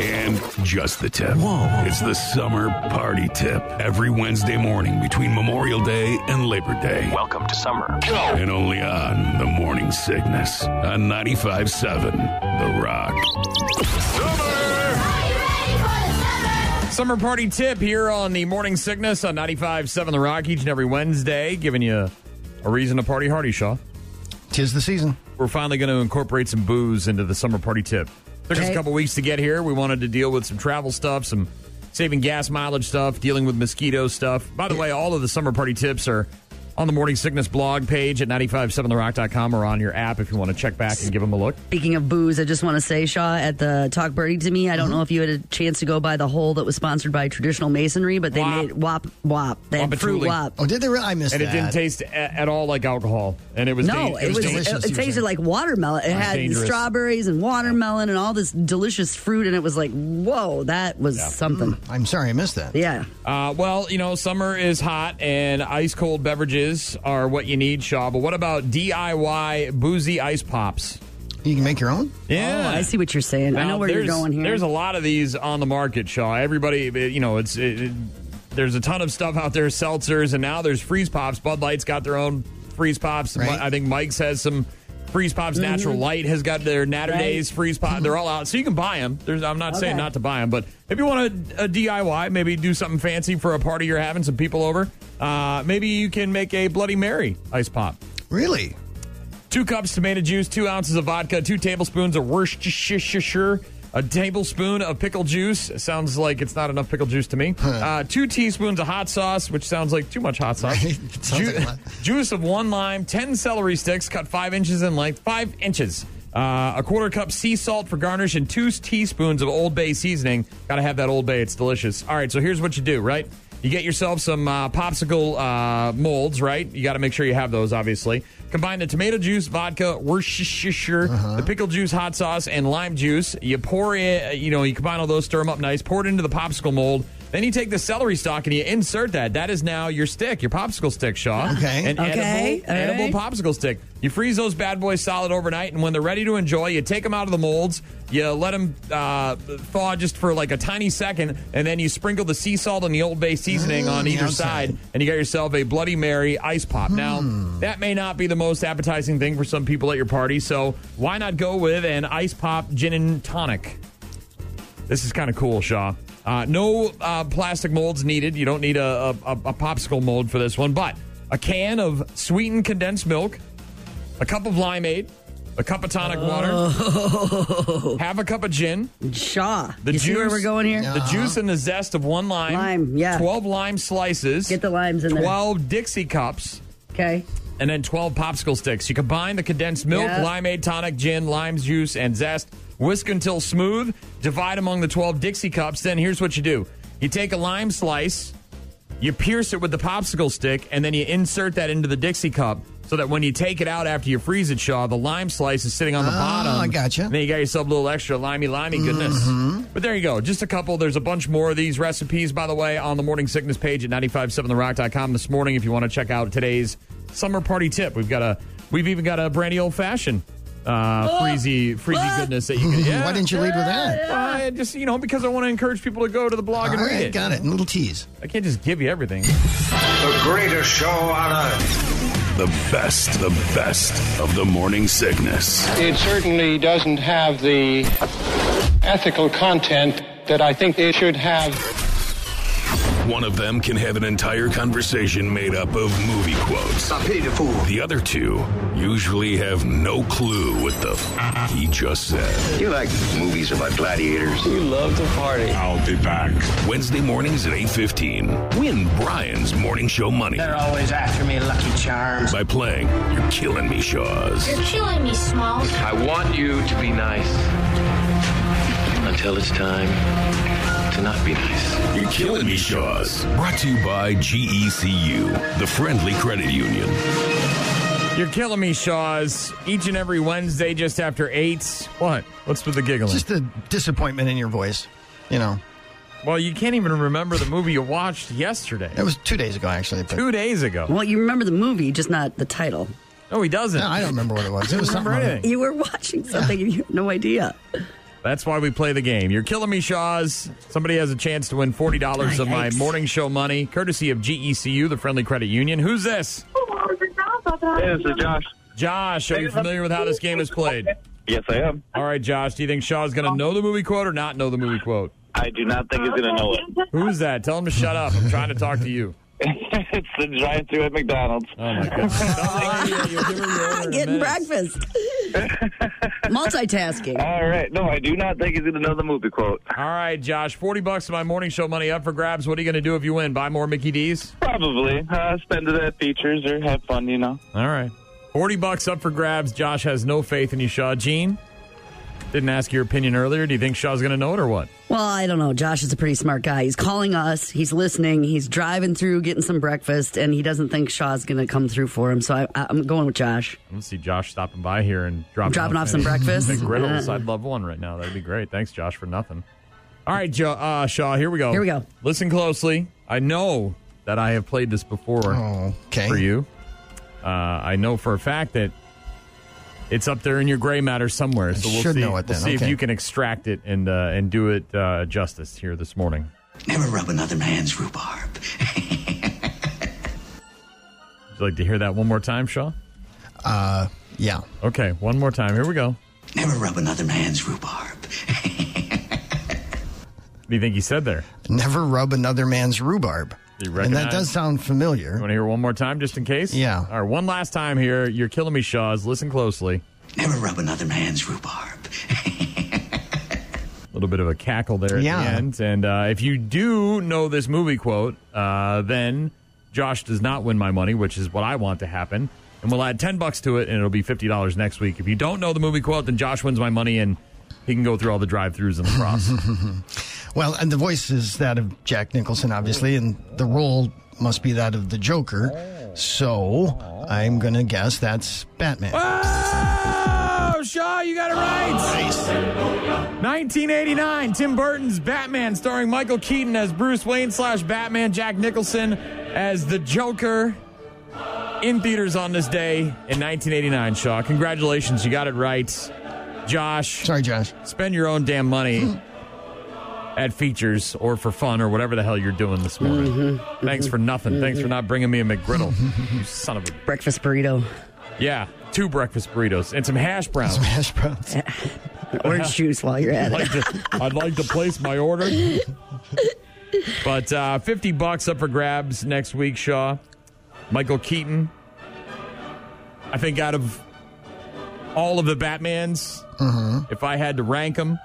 B: And just the tip. Whoa. It's the summer party tip every Wednesday morning between Memorial Day and Labor Day. Welcome to summer. Go. And only on The Morning Sickness on 95.7 The Rock.
D: Summer party tip here on the Morning Sickness on 95.7 The Rock each and every Wednesday, giving you a reason to party hardy, Shaw.
E: Tis the season.
D: We're finally going to incorporate some booze into the summer party tip. Took us a
E: Okay.
D: couple weeks to get here. We wanted to deal with some travel stuff, some saving gas mileage stuff, dealing with mosquito stuff. By the way, all of the summer party tips are on the Morning Sickness blog page at 957therock.com or on your app if you want to check back and give them a look.
I: Speaking of booze, I just want to say, Shaw, at the Talk Birdie to me, I
E: Mm-hmm.
I: don't know if you had a chance to go by the hole that was sponsored by Traditional Masonry, but they made wop wop. They had fruit
D: Wapatuli.
I: wop.
E: Oh, did they? Really? I missed
D: and it
E: that.
D: didn't taste a- at all like alcohol. And it was
I: no,
D: dan-
I: it was,
D: dangerous.
I: it, it tasted like watermelon. It
D: It was
I: had
D: dangerous.
I: strawberries and watermelon and all this delicious fruit, and it was like, whoa, that was something.
E: Mm, I'm sorry I missed that.
I: Yeah.
D: Uh, well, you know, summer is hot and ice cold beverages are what you need, Shaw. But what about DIY boozy ice pops?
E: You can make your own?
D: Yeah.
I: Oh, I see what you're saying. I
D: Now,
I: know where you're
D: there's-
I: going here.
D: There's a lot of these on the market, Shaw. Everybody, it- you know, it's it, it- there's a ton of stuff out there, seltzers, and now there's freeze pops. Bud Light's got their own freeze pops. Mi- I think Mike's has some freeze pops.
I: Mm-hmm.
D: Natural Light has got their Natterdays freeze pop. They're all out, so you can buy them. There's, I'm not saying
I: Okay.
D: not to buy them, but if you want a, a DIY, maybe do something fancy for a party you're having, some people over. Uh, maybe you can make a Bloody Mary ice pop.
E: Really?
D: Two cups tomato juice, two ounces of vodka, two tablespoons of Worcestershire, a tablespoon of pickle juice. Sounds like it's not enough pickle juice to me. Uh, two teaspoons of hot sauce, which sounds like too much hot sauce.
E: Sounds like a lot.
D: juice of one lime, 10 celery sticks cut five inches in length, five inches. Uh, a quarter cup sea salt for garnish and two teaspoons of Old Bay seasoning. Gotta have that Old Bay, it's delicious. All right, so here's what you do, right? You get yourself some uh, popsicle uh, molds, right? You gotta make sure you have those, obviously. Combine the tomato juice, vodka, Worcestershire, the pickle juice, hot sauce, and lime juice. You pour it, you know, you combine all those, stir them up nice, pour it into the popsicle mold. Then you take the celery stalk and you insert that. That is now your stick, your popsicle stick, Shaw.
E: Okay.
D: An
E: Okay,
D: edible,
E: all
D: edible
E: right.
D: popsicle stick. You freeze those bad boys solid overnight, and when they're ready to enjoy, you take them out of the molds, you let them uh, thaw just for like a tiny second, and then you sprinkle the sea salt and the Old Bay seasoning on
E: Mm,
D: either
E: outside.
D: side, and you got yourself a Bloody Mary ice pop.
E: Hmm.
D: Now, that may not be the most appetizing thing for some people at your party, so why not go with an ice pop gin and tonic? This is kind of cool, Shaw. Uh, no uh, plastic molds needed. You don't need a, a, a, a popsicle mold for this one, but a can of sweetened condensed milk, a cup of limeade, a cup of tonic water, half a cup of gin.
I: Oh. Shaw.
D: The
I: you
D: juice,
I: see where we're going here?
D: The juice and the zest of one lime.
I: Lime, yeah.
D: 12 lime slices.
I: Get the limes in there.
D: 12 Dixie cups.
I: Okay.
D: And then 12 popsicle sticks. You combine the condensed milk,
I: Yeah.
D: limeade, tonic, gin, lime juice, and zest. Whisk until smooth. Divide among the 12 Dixie cups. Then here's what you do you take a lime slice, you pierce it with the popsicle stick, and then you insert that into the Dixie cup so that when you take it out after you freeze it, Shaw, the lime slice is sitting on the
E: Ah,
D: bottom.
E: I gotcha. Mm-hmm.
D: Then you got yourself a little extra limey, limey goodness. But there you go. Just a couple. There's a bunch more of these recipes, by the way, on the Morning Sickness page at 957therock.com this morning if you want to check out today's summer party tip. We've got a, we've even got a brandy old fashioned uh, freezy, freezy goodness that you can. Yeah.
E: Why didn't you lead with that?
D: I just, you know, because I want to encourage people to go to the blog and
E: All
D: read
E: right,
D: it.
E: got it. Little tease.
D: I can't just give you everything.
B: The greatest show on earth. The best, the best of the morning sickness.
G: It certainly doesn't have the ethical content that I think it should have.
B: One of them can have an entire conversation made up of movie quotes. I pity the fool. The other two usually have no clue what the f- he just said. You like movies about gladiators. You love to party. I'll be back. Wednesday mornings at 8.15. Win Brian's Morning Show Money.
M: They're always after me, Lucky Charms.
B: By playing You're Killing Me Shaws.
K: You're killing me, Smalls.
N: I want you to be nice until it's time to not be nice.
B: You're Killing Me Shaws. Brought to you by GECU, the friendly credit union.
D: You're killing me, Shaws. Each and every Wednesday, just after eight. What? What's with the giggling?
E: Just the disappointment in your voice. You know,
D: well, you can't even remember the movie you watched yesterday.
E: it was two days ago actually. but-
D: Two days ago.
I: Well, you remember the movie, just not the title.
D: No, he doesn't.
E: No, I don't remember what it was. It was something.
D: Remember
E: on-
D: anything.
I: You were watching something and you had no idea.
D: That's why we play the game. You're killing me, Shaws. Somebody has a chance to win forty dollars of my
I: Yikes.
D: morning show money, courtesy of GECU, the Friendly Credit Union. Who's this?
O: Hey, this is Josh.
D: Josh, are you familiar with how this game is played?
O: Yes, I am.
D: All right, Josh. Do you think Shaw's going to know the movie quote or not know the movie quote?
O: I do not think he's going to know it.
D: Who's that? Tell him to shut up. I'm trying to talk to you.
O: it's the drive-through at McDonald's.
D: Oh my god!
I: Getting breakfast. Multitasking.
O: All right. No, I do not think he's going to know the movie quote.
D: All right, Josh. Forty bucks of my morning show money up for grabs. What are you going to do if you win? Buy more Mickey D's?
O: Probably uh, spend it at features or have fun. You know.
D: All right. 40 bucks up for grabs. Josh has no faith in you, Shaw. Gene, didn't ask your opinion earlier. Do you think Shaw's going to know it or what?
I: Well, I don't know. Josh is a pretty smart guy. He's calling us. He's listening. He's driving through, getting some breakfast, and he doesn't think Shaw's going to come through for him. So I, I, I'm going with Josh.
D: Let's see Josh stopping by here and dropping,
I: Dropping off some
D: any-
I: breakfast?
D: any Griddles.
I: Uh.
D: I'd love one right now. That'd be great. Thanks, Josh, for nothing. All right, jo- uh, Shaw, here we go.
I: Here we go.
D: Listen closely. I know that I have played this before for you. Uh, I know for a fact that it's up there in your gray matter somewhere. So we'll
E: should
D: see,
E: know it
D: we'll
E: then.
D: see if
E: Okay.
D: you can extract it and uh, and do it uh, justice here this morning.
M: Never rub another man's rhubarb.
D: Would you like to hear that one more time, Shaw?
E: Uh, yeah.
D: Okay, one more time. Here we go.
M: Never rub another man's rhubarb.
D: What do you think he said there?
E: Never rub another man's rhubarb.
D: You
E: And that
D: recognize?
E: does sound familiar.
D: You want to hear one more time just in case?
E: Yeah.
D: All right, one last time here. You're killing me, Shaws. Listen closely.
M: Never rub another man's rhubarb.
D: A little bit of a cackle there at
M: Yeah.
D: the end. And uh, if you do know this movie quote, uh, then Josh does not win my money, which is what I want to happen. And we'll add 10 bucks to it, and it'll be $50 next week. If you don't know the movie quote, then Josh wins my money, and he can go through all the drive throughs in the process.
E: Well, and the voice is that of Jack Nicholson, obviously, and the role must be that of the Joker. So I'm going to guess that's Batman.
D: Oh, Shaw, you got it right.
I: Uh-huh.
D: 1989, Tim Burton's Batman, starring Michael Keaton as Bruce Wayne slash Batman, Jack Nicholson as the Joker. In theaters on this day in 1989, Shaw. Congratulations, you got it right. Josh.
E: Sorry, Josh.
D: Spend your own damn money at features or for fun or whatever the hell you're doing this morning. Mm-hmm. Thanks for nothing. Thanks for not bringing me a McGriddle, you son of a
I: Mm-hmm. Breakfast burrito,
D: yeah, two breakfast burritos and some hash browns.
E: hash browns.
I: orange juice while you're at
D: I'd
I: it.
D: like, to, I'd like to place my order. But uh, 50 bucks up for grabs next week, Shaw. Michael Keaton. I think out of all of the Batmans, if I had to rank them,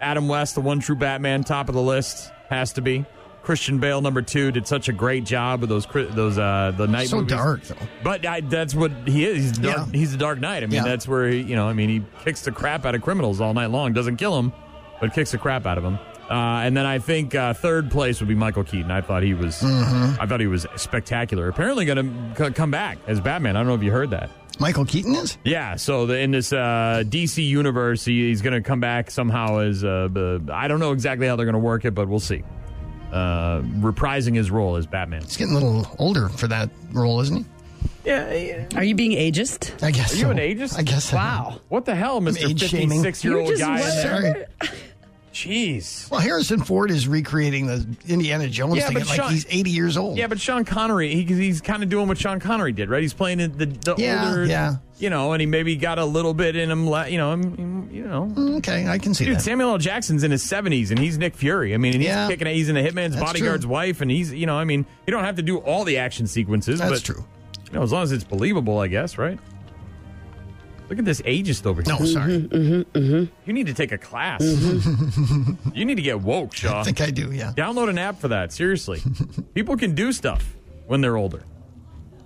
D: Adam West, the one true Batman, top of the list, has to be. Christian Bale, number two, did such a great job with those cri- those uh, the night.
E: So
D: movies.
E: dark, though.
D: But I, that's what he is. He's a dark,
E: Yeah.
D: he's a dark knight. I mean,
E: Yeah.
D: that's where he, you know. I mean, he kicks the crap out of criminals all night long. Doesn't kill him, but kicks the crap out of him. Uh, and then I think uh, third place would be Michael Keaton. I thought he was,
E: Mm-hmm.
D: I thought he was spectacular. Apparently, going to c- come back as Batman. I don't know if you heard that.
E: Michael Keaton is?
D: Yeah, so the, in this uh, DC universe, he, he's going to come back somehow as uh, b- I don't know exactly how they're going to work it, but we'll see. Uh, reprising his role as Batman.
E: He's getting a little older for that role, isn't he?
D: Yeah, yeah.
I: Are you being ageist?
E: I guess.
D: Are you an ageist?
E: I guess so.
D: Wow. What the hell,
E: I'm
D: Mister
E: age shaming.
D: fifty-six-year-old
E: You just
D: guy? in there?
E: were.
D: Jeez.
E: Well, Harrison Ford is recreating the Indiana Jones thing like he's 80 years old.
D: Yeah, but Sean Connery, he, he's kind of doing what Sean Connery did, right? He's playing in the, the
E: Yeah,
D: older,
E: yeah.
D: you know, and he maybe got a little bit in him, la- you know, him- you know.
E: Okay, I can see
D: Dude,
E: that.
D: Samuel L. Jackson's in his seventies, and he's Nick Fury. I mean, and he's
E: Yeah.
D: kicking. He's in the Hitman's
E: That's
D: bodyguard's
E: true.
D: wife, and he's, you know, I mean, you don't have to do all the action sequences.
E: That's
D: but,
E: true.
D: You know, as long as it's believable, I guess, right? Look at this ageist over here.
E: No, sorry.
D: mm-hmm, You need to take a class.
E: Mhm.
D: You need to get woke, Shaw.
E: I think I do, yeah.
D: Download an app for that. Seriously. People can do stuff when they're older.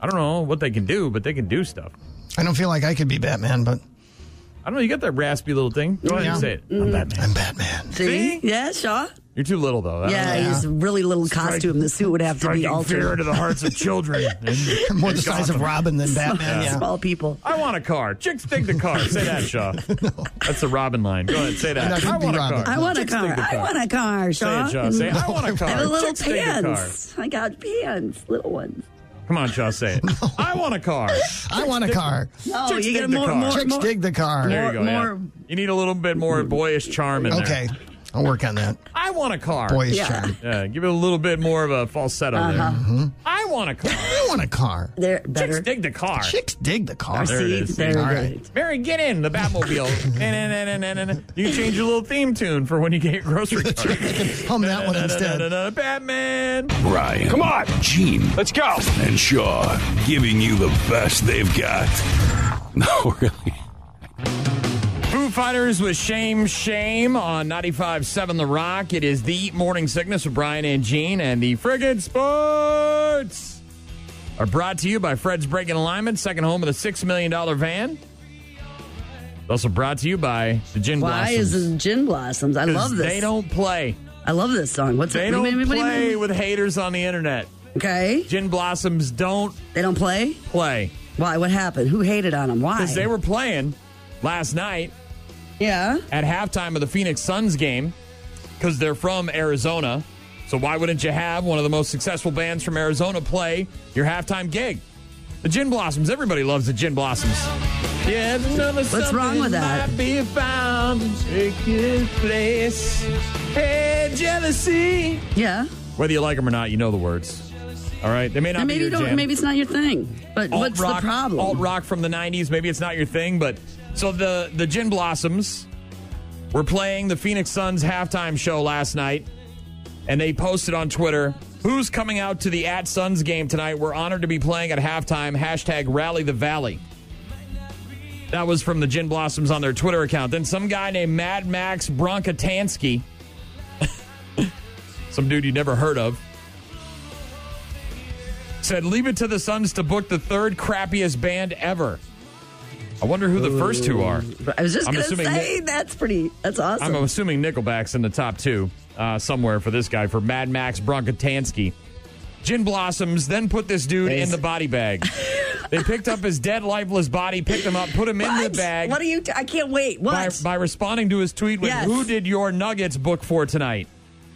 D: I don't know what they can do, but they can do stuff.
E: I don't feel like I could be Batman, but
D: I don't know. You got that raspy little thing. Go ahead
E: Yeah.
D: and say it.
E: I'm
D: Batman.
E: I'm Batman.
I: See? Yeah, Shaw.
D: You're too little, though. I
I: Yeah,
D: don't know.
I: his really little costume. The suit would have to be
D: Striking
I: altered.
D: fear into the hearts of children.
E: More the size of Robin than Batman, yeah.
I: Small people.
D: I want a car. Chicks dig the car. Say that, Shaw. That's the Robin line. Go ahead, say
E: And I
D: that.
E: could
D: I
E: be
D: want a car.
E: Robin.
I: I want a
D: Chicks dig
I: car.
D: the
I: I want a car,
D: Say
I: Shaw.
D: it, Shaw. Say, I want a car.
I: I have a little
D: Chicks dig the car.
I: pants. I got pants, little ones.
D: Come on, Shaw. Say it. I want a car.
E: I want a car.
I: No,
D: Chicks
I: you get
D: dig the
I: more,
D: car.
I: more,
E: Chicks
I: more.
E: dig the car.
D: There you go.
I: More-
D: yeah.
I: more-
D: You need a little bit more boyish charm in there.
E: Okay, I'll work on that.
D: I want a car.
E: Boyish
I: Yeah.
E: charm.
D: Yeah, Uh-huh. give it a little bit more of a falsetto
I: uh-huh.
D: there. I want a car.
E: I want a car.
I: They're
D: Chicks
I: better.
D: dig the car.
E: Chicks dig the car.
D: There it is.
I: They're
E: All
I: great.
E: right.
D: Mary, get in the Batmobile. Na, na, na, na, na, na, na. you can change your little theme tune for when you get your grocery cart.
E: Hum that one
D: Na, na, na, na,
E: instead.
D: na, Batman.
B: Ryan. Come on. Gene. Let's go. And Shaw giving you the best they've got. No, really.
D: Foo Fighters with Shame Shame on 95.7 The Rock. It is the Morning Sickness with Brian and Gene and the Friggin' Sports are brought to you by Fred's Breaking Alignment, second home of the $6 million van. Also brought to you by the Gin
I: Why
D: Blossoms.
I: is it gin blossoms? I
D: 'Cause
I: love this.
D: They don't play.
I: I love this song. What's
D: They
I: it?
D: don't
I: Wait, wait, wait, wait,
D: play
I: wait.
D: with haters on the internet.
I: Okay.
D: Gin Blossoms don't
I: They don't play?
D: play.
I: Why? What happened? Who hated on them? Why?
D: Because they were playing last night
I: yeah.
D: at halftime of the Phoenix Suns game because they're from Arizona. So why wouldn't you have one of the most successful bands from Arizona play your halftime gig? The Gin Blossoms. Everybody loves the Gin Blossoms. Yeah, there's another
I: What's wrong
D: something
I: with that?
D: Might be found in secret place. Hey, jealousy.
I: Yeah.
D: Whether you like them or not, you know the words. All right, they may not
I: And
D: be
I: maybe
D: your
I: you don't
D: jam.
I: maybe it's not your thing. But what's the problem?
D: Alt rock from the '90s. Maybe it's not your thing, but so the the Gin Blossoms were playing the Phoenix Suns halftime show last night, and they posted on Twitter, "Who's coming out to the at Suns game tonight? We're honored to be playing at halftime." Hashtag Rally the Valley. That was from the Gin Blossoms on their Twitter account. Then some guy named Mad Max Bronkatansky, some dude you never heard of said, "Leave it to the Suns to book the third crappiest band ever." I wonder who the first two are.
I: I was just
D: I'm
I: gonna
D: assuming
I: say that's pretty that's awesome.
D: I'm assuming Nickelback's in the top two uh, somewhere for this guy for Mad Max Bronkatansky. Gin Blossoms then put this dude in
I: Thanks.
D: the body bag. they picked up his dead, lifeless body, picked him up, put him in the
I: What?
D: bag
I: What are you? T- I can't wait.
D: by,
I: What?
D: by responding to his tweet with
I: Yes.
D: "Who did your Nuggets book for tonight?"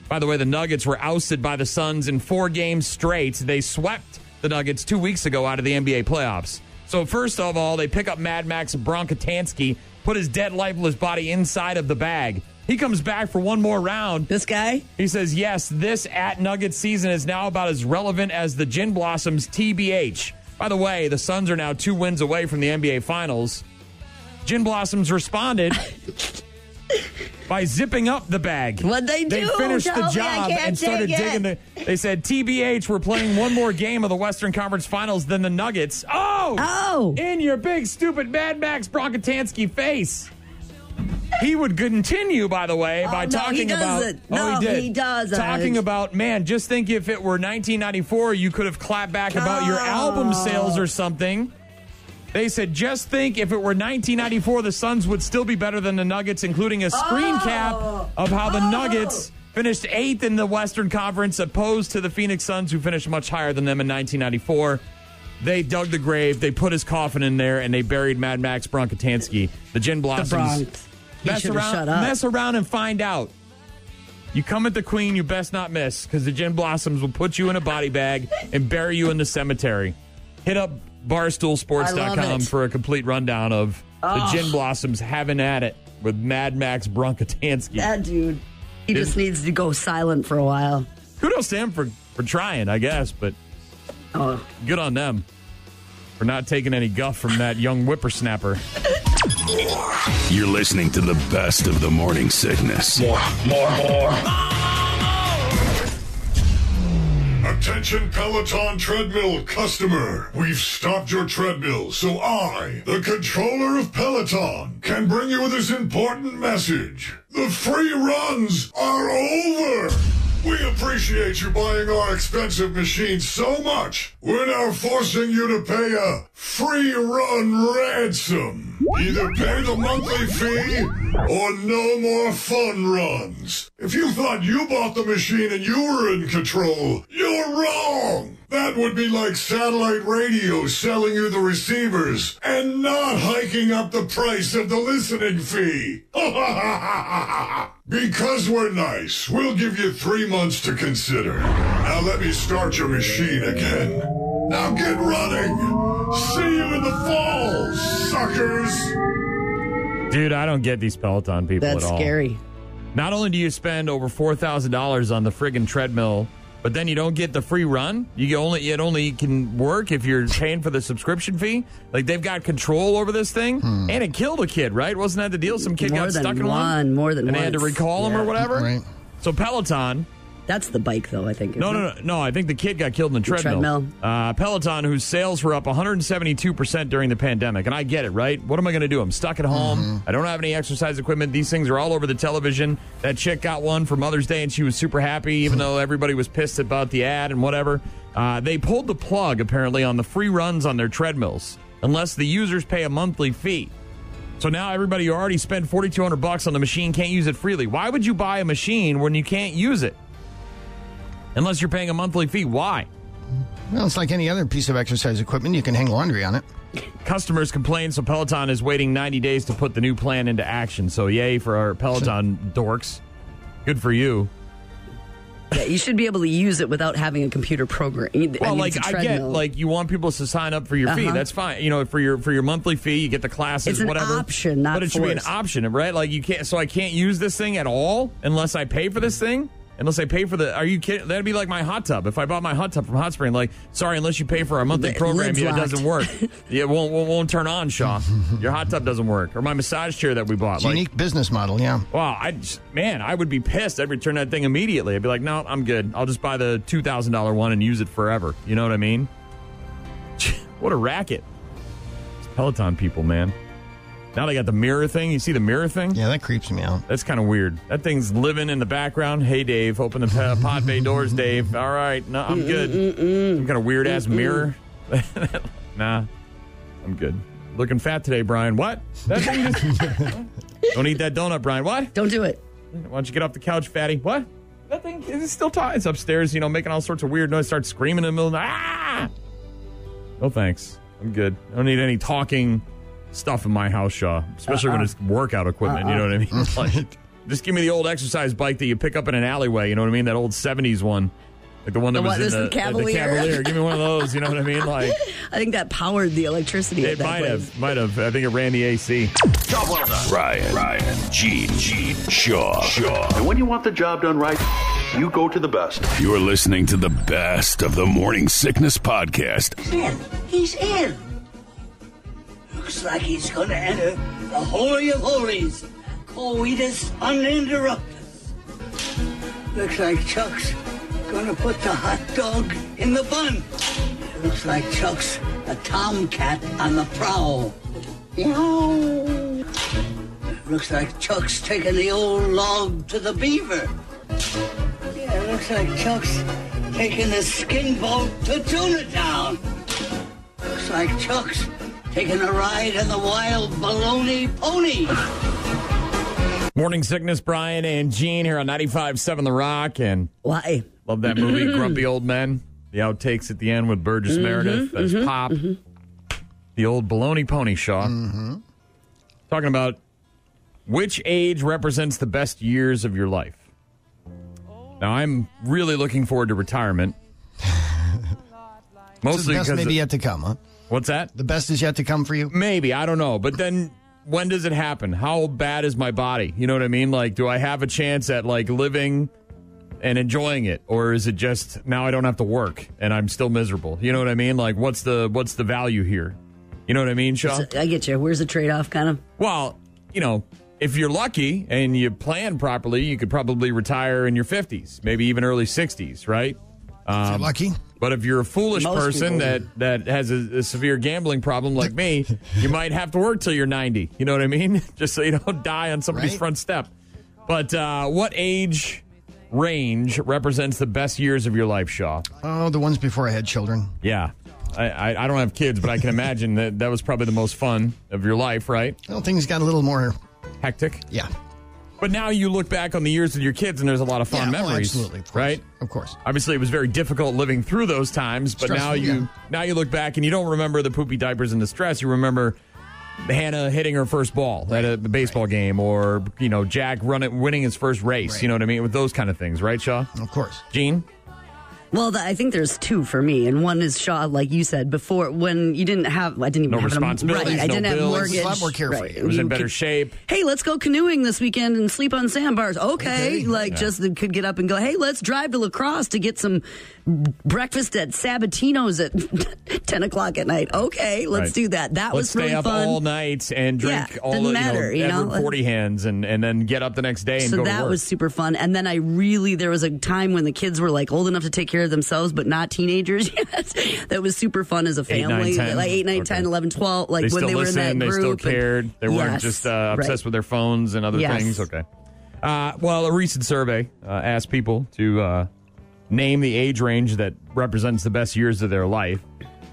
D: By the way, the Nuggets were ousted by the Suns in four games straight. They swept the Nuggets two weeks ago out of the NBA playoffs. So first of all, they pick up Mad Max Bronkatansky, put his dead, lifeless body inside of the bag. He comes back for one more round.
I: this guy?
D: He says, "Yes, this at Nuggets season is now about as relevant as the Gin Blossoms TBH." By the way, the Suns are now two wins away from the NBA Finals. Gin Blossoms responded by zipping up the bag.
I: What'd they
D: They
I: do?
D: finished
I: Tell me
D: the
I: I
D: job
I: can't
D: and started
I: dig
D: digging the.
I: it.
D: They said, "TBH, we're playing one more game of the Western Conference Finals than the Nuggets." Oh,
I: Oh.
D: in your big stupid Mad Max Bronkatansky face. He would continue, by the way, by
I: Oh, no,
D: talking
I: he
D: about.
I: doesn't.
D: oh,
I: No,
D: he did.
I: he doesn't.
D: Talking about man, just think if it were 1994, you could have clapped back about your album sales or something. They said, just think if it were 1994, the Suns would still be better than the Nuggets, including a screen
I: Oh.
D: cap of how the Nuggets finished eighth in the Western Conference, opposed to the Phoenix Suns, who finished much higher than them in 1994. They dug the grave, they put his coffin in there, and they buried Mad Max Bronkatansky, the Gin
I: The
D: Blossoms.
I: Bronx. He
D: Mess
I: should've
D: around,
I: shut up.
D: mess around, and find out. You come at the queen, you best not miss, because the gin blossoms will put you in a body bag and bury you in the cemetery. Hit up
F: I love
D: barstoolsports.com
F: it. Oh.
D: for a complete rundown of
F: Ugh.
D: the Gin Blossoms having at it with Mad Max Broncotansky.
F: That dude, he just needs to go silent for a while.
D: Kudos to him for, for trying, I guess, but
F: Oh.
D: good on them for not taking any guff from that young whippersnapper.
B: You're listening to the best of the morning sickness. More, more, more.
P: Attention Peloton treadmill customer. We've stopped your treadmill, so I, the controller of Peloton, can bring you this important message. The free runs are over. We appreciate you buying our expensive machines so much. We're now forcing you to pay a free run ransom. Either pay the monthly fee or no more fun runs. If you thought you bought the machine and you were in control, you're wrong. That would be like satellite radio selling you the receivers and not hiking up the price of the listening fee. because we're nice, we'll give you three months to consider. Now let me start your machine again. Now get running. See you in the fall, suckers.
D: Dude, I don't get these Peloton people
P: That's
D: at all.
P: scary.
D: Not only do you spend over four thousand dollars on the friggin' treadmill, but then you don't get the free run. You only it only can work if you're paying for the subscription fee. Like they've got control over this thing, and it killed a kid, right? Wasn't that the deal? Some kid
F: Hmm. More
D: got
F: than
D: stuck in
F: one, more than
D: and they had to
F: once.
D: recall him or
F: Yeah.
D: whatever.
F: Right.
D: So Peloton.
F: That's the bike, though. I think.
D: No,
F: isn't
D: no,
F: it?
D: no, no. I think the kid got killed in the
F: The
D: treadmill.
F: treadmill.
D: Uh, Peloton, whose sales were up 172% during the pandemic. And I get it, right? What am I going to do? I'm stuck at home. I don't have any exercise equipment. These things are all over the television. That chick got one for Mother's Day and she was super happy, even though everybody was pissed about the ad and whatever. Uh, they pulled the plug, apparently, on the free runs on their treadmills, unless the users pay a monthly fee. So now everybody who already spent 4200 bucks on the machine can't use it freely. Why would you buy a machine when you can't use it? Unless you're paying a monthly fee. Why?
E: Well, it's like any other piece of exercise equipment. You can hang laundry on it.
D: Customers complain, so Peloton is waiting 90 days to put the new plan into action. So, yay for our Peloton dorks. Good for you.
F: Yeah, you should be able to use it without having a computer program. I mean,
D: Well,
F: it's a
D: like I get,
F: treadmill.
D: like you want people to sign up for your fee.
F: Uh-huh.
D: That's fine. You know, for your for your monthly fee, you get the classes,
F: It's an
D: whatever.
F: option, not
D: but it should be an
F: forced.
D: option, right? Like you can't. So I can't use this thing at all unless I pay for this thing. Unless I pay for the. Are you kidding? That'd be like my hot tub. If I bought my hot tub from Hot Spring, like sorry, unless you pay for our monthly
F: The
D: program,
F: lid's
D: yeah, it
F: locked.
D: doesn't work. yeah, it won't, won't won't turn on, Shaw. Your hot tub doesn't work, or my massage chair that we bought.
E: It's a
D: like,
E: unique business model, yeah.
D: Wow, I just, man, I would be pissed. I'd return that thing immediately. I'd be like, no, I'm good. I'll just buy the two thousand dollar one and use it forever. You know what I mean? what a racket! It's Peloton people, man. Now they got the mirror thing. You see the mirror thing?
E: Yeah, that creeps me out.
D: That's kind of weird. That thing's living in the background. Hey, Dave, open the pa- pod bay doors, Dave. All right, no, I'm good. Some kind of weird ass mirror. nah, I'm good. Looking fat today, Brian. What? That thing just- Don't eat that donut, Brian. What?
F: Don't do it.
D: Why don't you get off the couch, fatty? What? That thing is still tied. It's upstairs, you know, making all sorts of weird noise. Starts screaming in the middle of the ah. No thanks. I'm good. I don't need any talking stuff in my house, Shaw. Oh, Especially when
Q: Uh-uh.
D: it's workout equipment. You know what I mean? Like, just give me the old exercise bike that you pick up in an alleyway. You know what I mean? That old '70s one, like the one that
F: The
D: was
F: one-
D: in
F: this
D: the,
F: is the Cavalier.
D: Cavalier. give me one of those. You know what I mean? Like
F: I think that powered the electricity. at
D: it
F: that
D: might
F: place.
D: have, might have. I think it ran the AC.
B: Ryan. Ryan. Gene. Gene. Shaw. Shaw.
C: And when you want the job done right, you go to the best.
B: You're listening to the best of the morning sickness podcast.
M: In. He's in. Looks like he's gonna enter the Holy of Holies. Coitus uninterruptus. Looks like Chuck's gonna put the hot dog in the bun. Looks like Chuck's a tomcat on the prowl. Meow. Looks like Chuck's taking the old log to the beaver. Yeah, looks like Chuck's taking the skin boat to Tuna Town. Looks like Chuck's taking a ride on the wild baloney pony.
D: Morning sickness, Brian and Gene here on 95.7 The Rock. And
F: why?
D: Love that movie, Grumpy Old Men. The outtakes at the end with Burgess
F: Mhm,
D: Meredith as
F: mhm,
D: Pop. The old baloney pony Shaw.
E: Mm-hmm.
D: Talking about which age represents the best years of your life. Now, I'm really looking forward to retirement. Mostly
E: the best
D: because
E: maybe
D: of-
E: yet to come, huh?
D: What's that?
E: The best is yet to come for you?
D: Maybe. I don't know. But then when does it happen? How bad is my body? You know what I mean? Like, do I have a chance at like living and enjoying it? Or is it just now I don't have to work and I'm still miserable? You know what I mean? Like what's the what's the value here? You know what I mean, Sean?
I: I get you. Where's the trade off, kind of?
D: Well, you know, if you're lucky and you plan properly, you could probably retire in your 50s, maybe even early 60s, right? Um,
E: lucky.
D: But if you're a foolish
E: Most
D: person
E: people
D: that, that has a, a severe gambling problem like me, you might have to work till you're 90. You know what I mean? Just so you don't die on somebody's
E: Right.
D: front step. But uh, what age range represents the best years of your life, Shaw?
E: Oh, the ones before I had children.
D: Yeah. I, I, I don't have kids, but I can imagine that that was probably the most fun of your life, right?
E: Well, things got a little more.
D: Hectic?
E: Yeah.
D: But now you look back on the years with your kids, and there's a lot of fond
E: Yeah, oh,
D: memories,
E: absolutely, of
D: right?
E: Of course.
D: Obviously, it was very difficult living through those times, but now
E: Stressful,
D: you
E: yeah.
D: now you look back and you don't remember the poopy diapers and the stress. You remember Hannah hitting her first ball at a baseball game, or you know Jack running winning his first race. You know what I mean? With those kind of things, right, Shaw?
E: Of course,
D: Gene.
I: Well, th I think there's two for me, and one is Shaw, like you said before, when you didn't have, I didn't even
D: No
I: have an-
D: responsibilities,
I: Um, right, I
D: no
I: didn't
D: bills.
I: have mortgage.
D: It's a lot more carefree.
I: Right.
D: It was in
I: You
D: better shape.
I: Hey, let's go canoeing this weekend and sleep on sandbars. Okay,
D: Okay.
I: like
D: Yeah.
I: just the- could get up and go. Hey, let's drive to Lacrosse to get some breakfast at Sabatino's at ten o'clock at night. Okay, let's
D: Right.
I: do that. That
D: Let's
I: was really
D: stay up
I: fun.
D: all night and
I: Yeah,
D: drink all
I: doesn't
D: the
I: matter,
D: you
I: you
D: know,
I: know?
D: Edward forty hands, and and then get up the next day and
I: so
D: go
I: that
D: to work.
I: was super fun and then i really there was a time when the kids were like old enough to take care of themselves but not teenagers yet that was super fun as a
D: Eight, nine,
I: family
D: 10.
I: like 8 9 10 11 12 like
D: they
I: when
D: still
I: they were in
D: listened.
I: that
D: they
I: group
D: still
I: and-
D: cared. they weren't
I: Yes,
D: just uh, obsessed
I: right.
D: with their phones and other
I: Yes.
D: things. Okay. Uh, well, a recent survey uh, asked people to uh, name the age range that represents the best years of their life.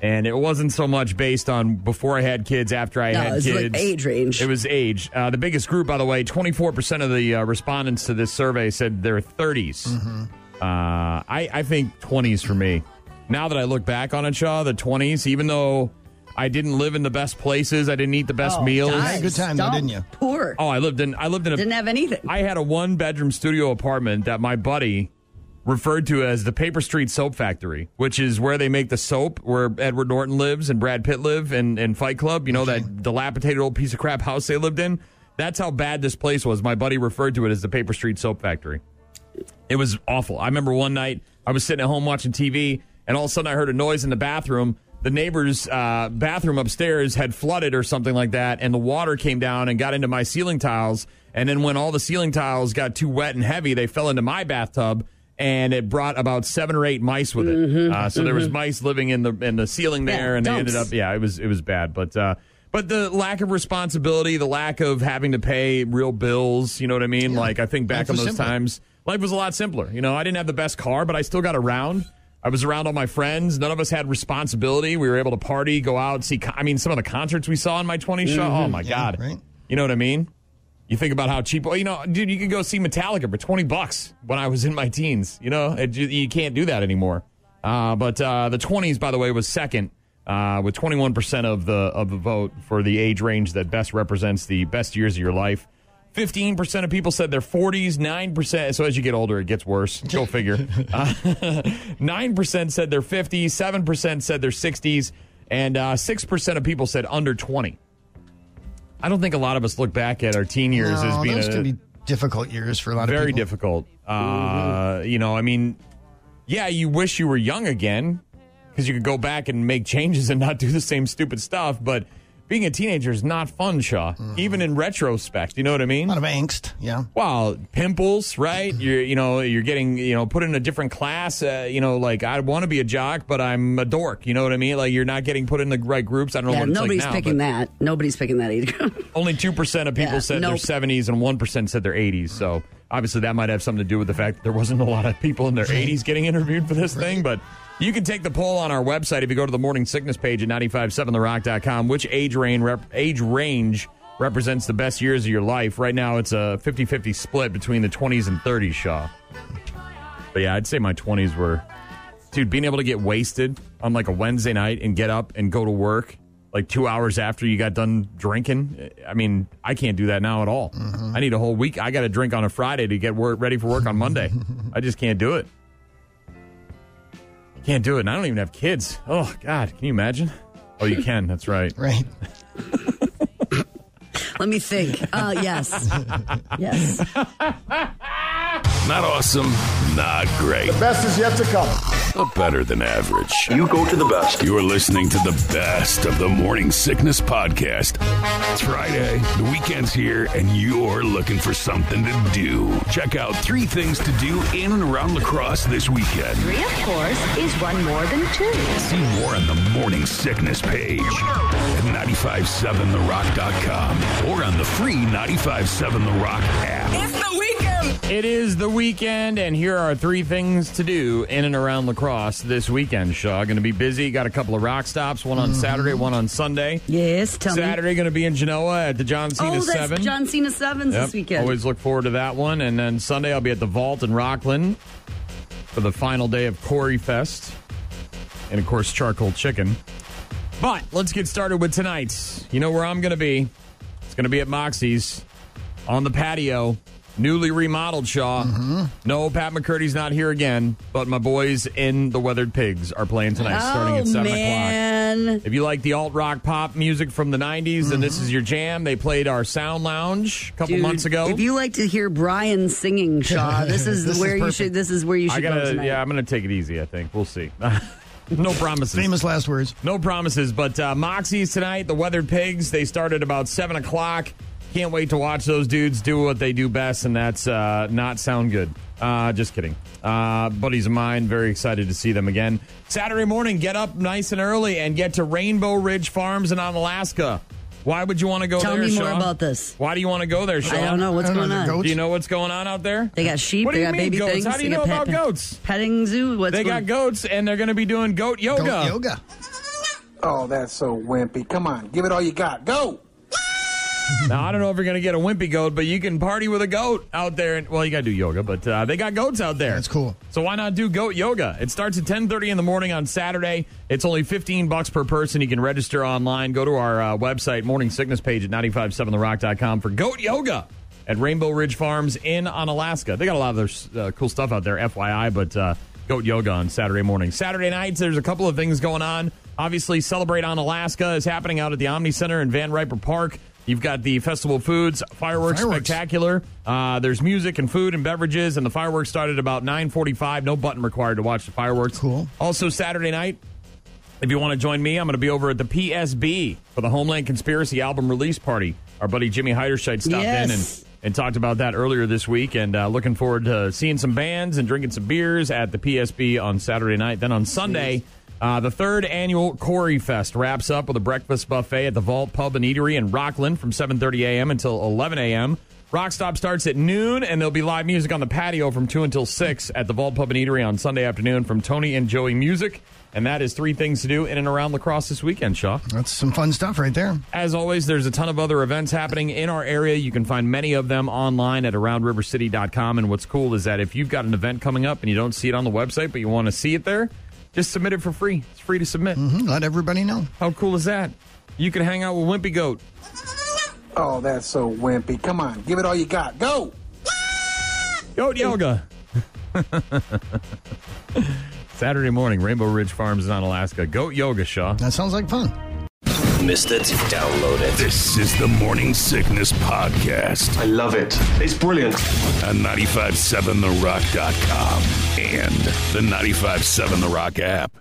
D: And it wasn't so much based on before I had kids, after I
I: No,
D: had
I: it was like
D: kids.
I: age range.
D: It was age. Uh, the biggest group, by the way, 24% of the uh, respondents to this survey said their 30s.
I: Mm-hmm.
D: Uh, I, I think 20s for me. Now that I look back on it, Shaw, the 20s, even though I didn't live in the best places, I didn't eat the best
I: Oh,
D: meals.
I: guys, dumb, poor
D: Oh, I lived in I lived in a
I: didn't have anything
D: I had a one bedroom studio apartment that my buddy referred to as the Paper Street Soap Factory, which is where they make the soap where Edward Norton lives and Brad Pitt live and, and Fight Club, you know, that dilapidated old piece of crap house they lived in. That's how bad this place was. My buddy referred to it as the Paper Street Soap Factory. It was awful. I remember one night I was sitting at home watching TV, and all of a sudden I heard a noise in the bathroom. The neighbor's uh, bathroom upstairs had flooded or something like that, and the water came down and got into my ceiling tiles. And then when all the ceiling tiles got too wet and heavy, they fell into my bathtub, and it brought about seven or eight mice with it. uh, so there was
Q: mhm.
D: mice living in the in the ceiling
Q: Yeah,
D: there, and they ended up
Q: dumps.
D: yeah, it was it was bad, but. uh but the lack of responsibility, the lack of having to pay real bills, you know what I mean? Like I think back
Q: Life
D: on
Q: was
D: those
Q: simpler.
D: times times, life was a lot simpler. You know, I didn't have the best car, but I still got around. I was around all my friends. None of us had responsibility. We were able to party, go out, see. Con- I mean, some of the concerts we saw in my 20s show. Oh,
E: Mm-hmm.
Q: Mhm.
D: my
Q: Yeah,
D: God. You know what I mean? You think about how cheap, oh, you know, dude, you could go see Metallica for 20 bucks when I was in my teens. You know, it, ju- you can't do that anymore. Uh, but uh, the 20s, by the way, was second. Uh, with 21% of the of the vote for the age range that best represents the best years of your life, 15% of people said their 40s, 9%. So as you get older, it gets worse. Go figure. Uh, 9% said their 50s, 7% said their 60s, and uh, 6% of people said under 20. I don't think a lot of us look back at our teen years
E: No,
D: as being
E: those
D: a,
E: can be difficult years for a lot of
D: very
E: people.
D: difficult. Uh, You know, I mean, yeah, you wish you were young again because you could go back and make changes and not do the same stupid stuff. But being a teenager is not fun, Shaw. Even in retrospect, you know what I mean? A lot
E: Mm-hmm. of angst. Yeah.
D: Well, pimples, right? You're, you know, you're getting, you know, put in a different class. Uh, you know, like I want to be a jock, but I'm a dork. You know what I mean? Like you're not getting put in the right groups. I don't know
I: yeah
D: what it's
I: nobody's
D: like now.
I: picking
D: but-
I: that nobody's picking that either
D: only 2% of people
I: Yeah,
D: said
I: nope.
D: their 70s and 1% said their 80s. So obviously that might have something to do with the fact that there wasn't a lot of people in their 80s getting interviewed for this thing. But you can take the poll on our website if you go to the morning sickness page at 957therock.com. Which age range, rep, age range represents the best years of your life? Right now it's a 50 50 split between the 20s and 30s, Shaw. But yeah, I'd say my 20s were. Dude, being able to get wasted on like a Wednesday night and get up and go to work like two hours after you got done drinking. I mean, I can't do that now at all. I need a whole week. I got to drink on a Friday to get wor- ready for work on Monday. I just can't do it. I can't do it. And I don't even have kids. Oh, God. Can you imagine? Oh, you can. That's right.
E: right.
I: Let me think. Uh, yes. yes.
B: Not awesome, not great. The
Q: best is yet to come.
B: But better than average. You go to the best. You're listening to the best of the Morning Sickness Podcast. It's Friday, the weekend's here, and you're looking for something to do. Check out three things to do in and around lacrosse this weekend.
R: Three, of course, is one more than two.
B: See more on the Morning Sickness page at 957therock.com or on the free 957 The Rock app.
D: the weekend. It is the weekend, and here are three things to do in and around lacrosse this weekend, Shaw. Going to be busy. Got a couple of rock stops, one on Saturday, one on Sunday.
I: Mm-hmm. Yes, tell me.
D: Saturday, going to be in Genoa at the John Cena
I: Oh, that's
D: 7.
I: John Cena Sevens
D: Yep.
I: this weekend.
D: Always look forward to that one. And then Sunday, I'll be at the Vault in Rockland for the final day of Corey Fest. And of course, charcoal chicken. But let's get started with tonight's. You know where I'm going to be? It's going to be at Moxie's on the patio, newly remodeled Shaw. No, Pat McCurdy's not here again, but my boys in the Weathered Pigs are playing tonight starting at
I: Oh,
D: 7 o'clock.
I: man.
D: If you like the alt rock pop music from the 90s, then this is your jam. They played our Sound Lounge a couple
I: Dude,
D: months ago.
I: If you like to hear Brian singing, Shaw, this is
D: This is
I: where you
D: perfect.
I: should. This is where you
D: I
I: should
D: gotta,
I: go tonight.
D: yeah, I'm gonna take it easy. I think we'll see. no promises.
E: Famous last words.
D: No promises. But uh, Moxie's tonight. The Weathered Pigs. They start at about seven o'clock. Can't wait to watch those dudes do what they do best, and that's uh, not sound good. Uh, just kidding. Uh, buddies of mine, very excited to see them again. Saturday morning, get up nice and early and get to Rainbow Ridge Farms in Alaska. Why would you want to go
I: Tell
D: there,
I: me more
D: Sean?
I: about this.
D: Why do you want to go there, Sean?
I: I don't know what's going on.
D: Do you know what's going on out there?
I: They got sheep.
D: What do
I: they
D: you
I: got
D: mean
I: baby
D: goats?
I: things.
D: How do you
I: they
D: know
I: got
D: about
I: pet-
D: goats?
I: Petting zoo. What's
D: they got
I: going-
D: goats, and they're going to be doing goat yoga.
E: yoga.
S: Oh, that's so wimpy. Come on, give it all you got. Go.
D: now I don't know if you're going to get a wimpy goat, but you can party with a goat out there. And, well, you got to do yoga, but uh, they got goats out there. That's
E: cool.
D: So why not do goat yoga? It starts at 10:30 in the morning on Saturday. It's only 15 bucks per person. You can register online. Go to our uh, website, morning sickness page at 957therock.com for goat yoga at Rainbow Ridge Farms in on Alaska. They got a lot of their uh, cool stuff out there, FYI, but uh, goat yoga on Saturday morning. Saturday nights, there's a couple of things going on. Obviously, Celebrate on Alaska is happening out at the Omni Center in Van Riper Park. You've got the Festival of Foods fireworks,
E: Fireworks.
D: spectacular. Uh, there's music and food and beverages, and the fireworks started about 9:45. No button required to watch the fireworks. Cool. Also Saturday night, if you want to join me, I'm going to be over at the PSB for the Homeland Conspiracy album release party. Our buddy Jimmy Heiderscheid stopped in
I: Yes.
D: and, and talked about that earlier this week, and uh, looking forward to seeing some bands and drinking some beers at the PSB on Saturday night. Then on Sunday, uh, the third annual Corey Fest wraps up with a breakfast buffet at the Vault Pub and Eatery in Rockland from 7:30 a.m. until 11 a.m. Rock Stop starts at noon, and there'll be live music on the patio from 2 until 6 at the Vault Pub and Eatery on Sunday afternoon from Tony and Joey Music. And that is three things to do in and around lacrosse this weekend, Shaw.
E: That's some fun stuff right there.
D: As always, there's a ton of other events happening in our area. You can find many of them online at aroundrivercity.com. And what's cool is that if you've got an event coming up and you don't see it on the website, but you want to see it there, just submit it for free. It's free to submit.
E: Mm-hmm. Let everybody know.
D: How cool is that? You can hang out with Wimpy Goat.
S: Oh, that's so wimpy. Come on, give it all you got. Go.
D: Goat yoga. Saturday morning, Rainbow Ridge Farms in Alaska. Goat yoga, Shaw.
E: That sounds like fun.
B: Missed it? Download it. This is the Morning Sickness Podcast. I love it. It's brilliant. On 957therock.com and the 957 The Rock app.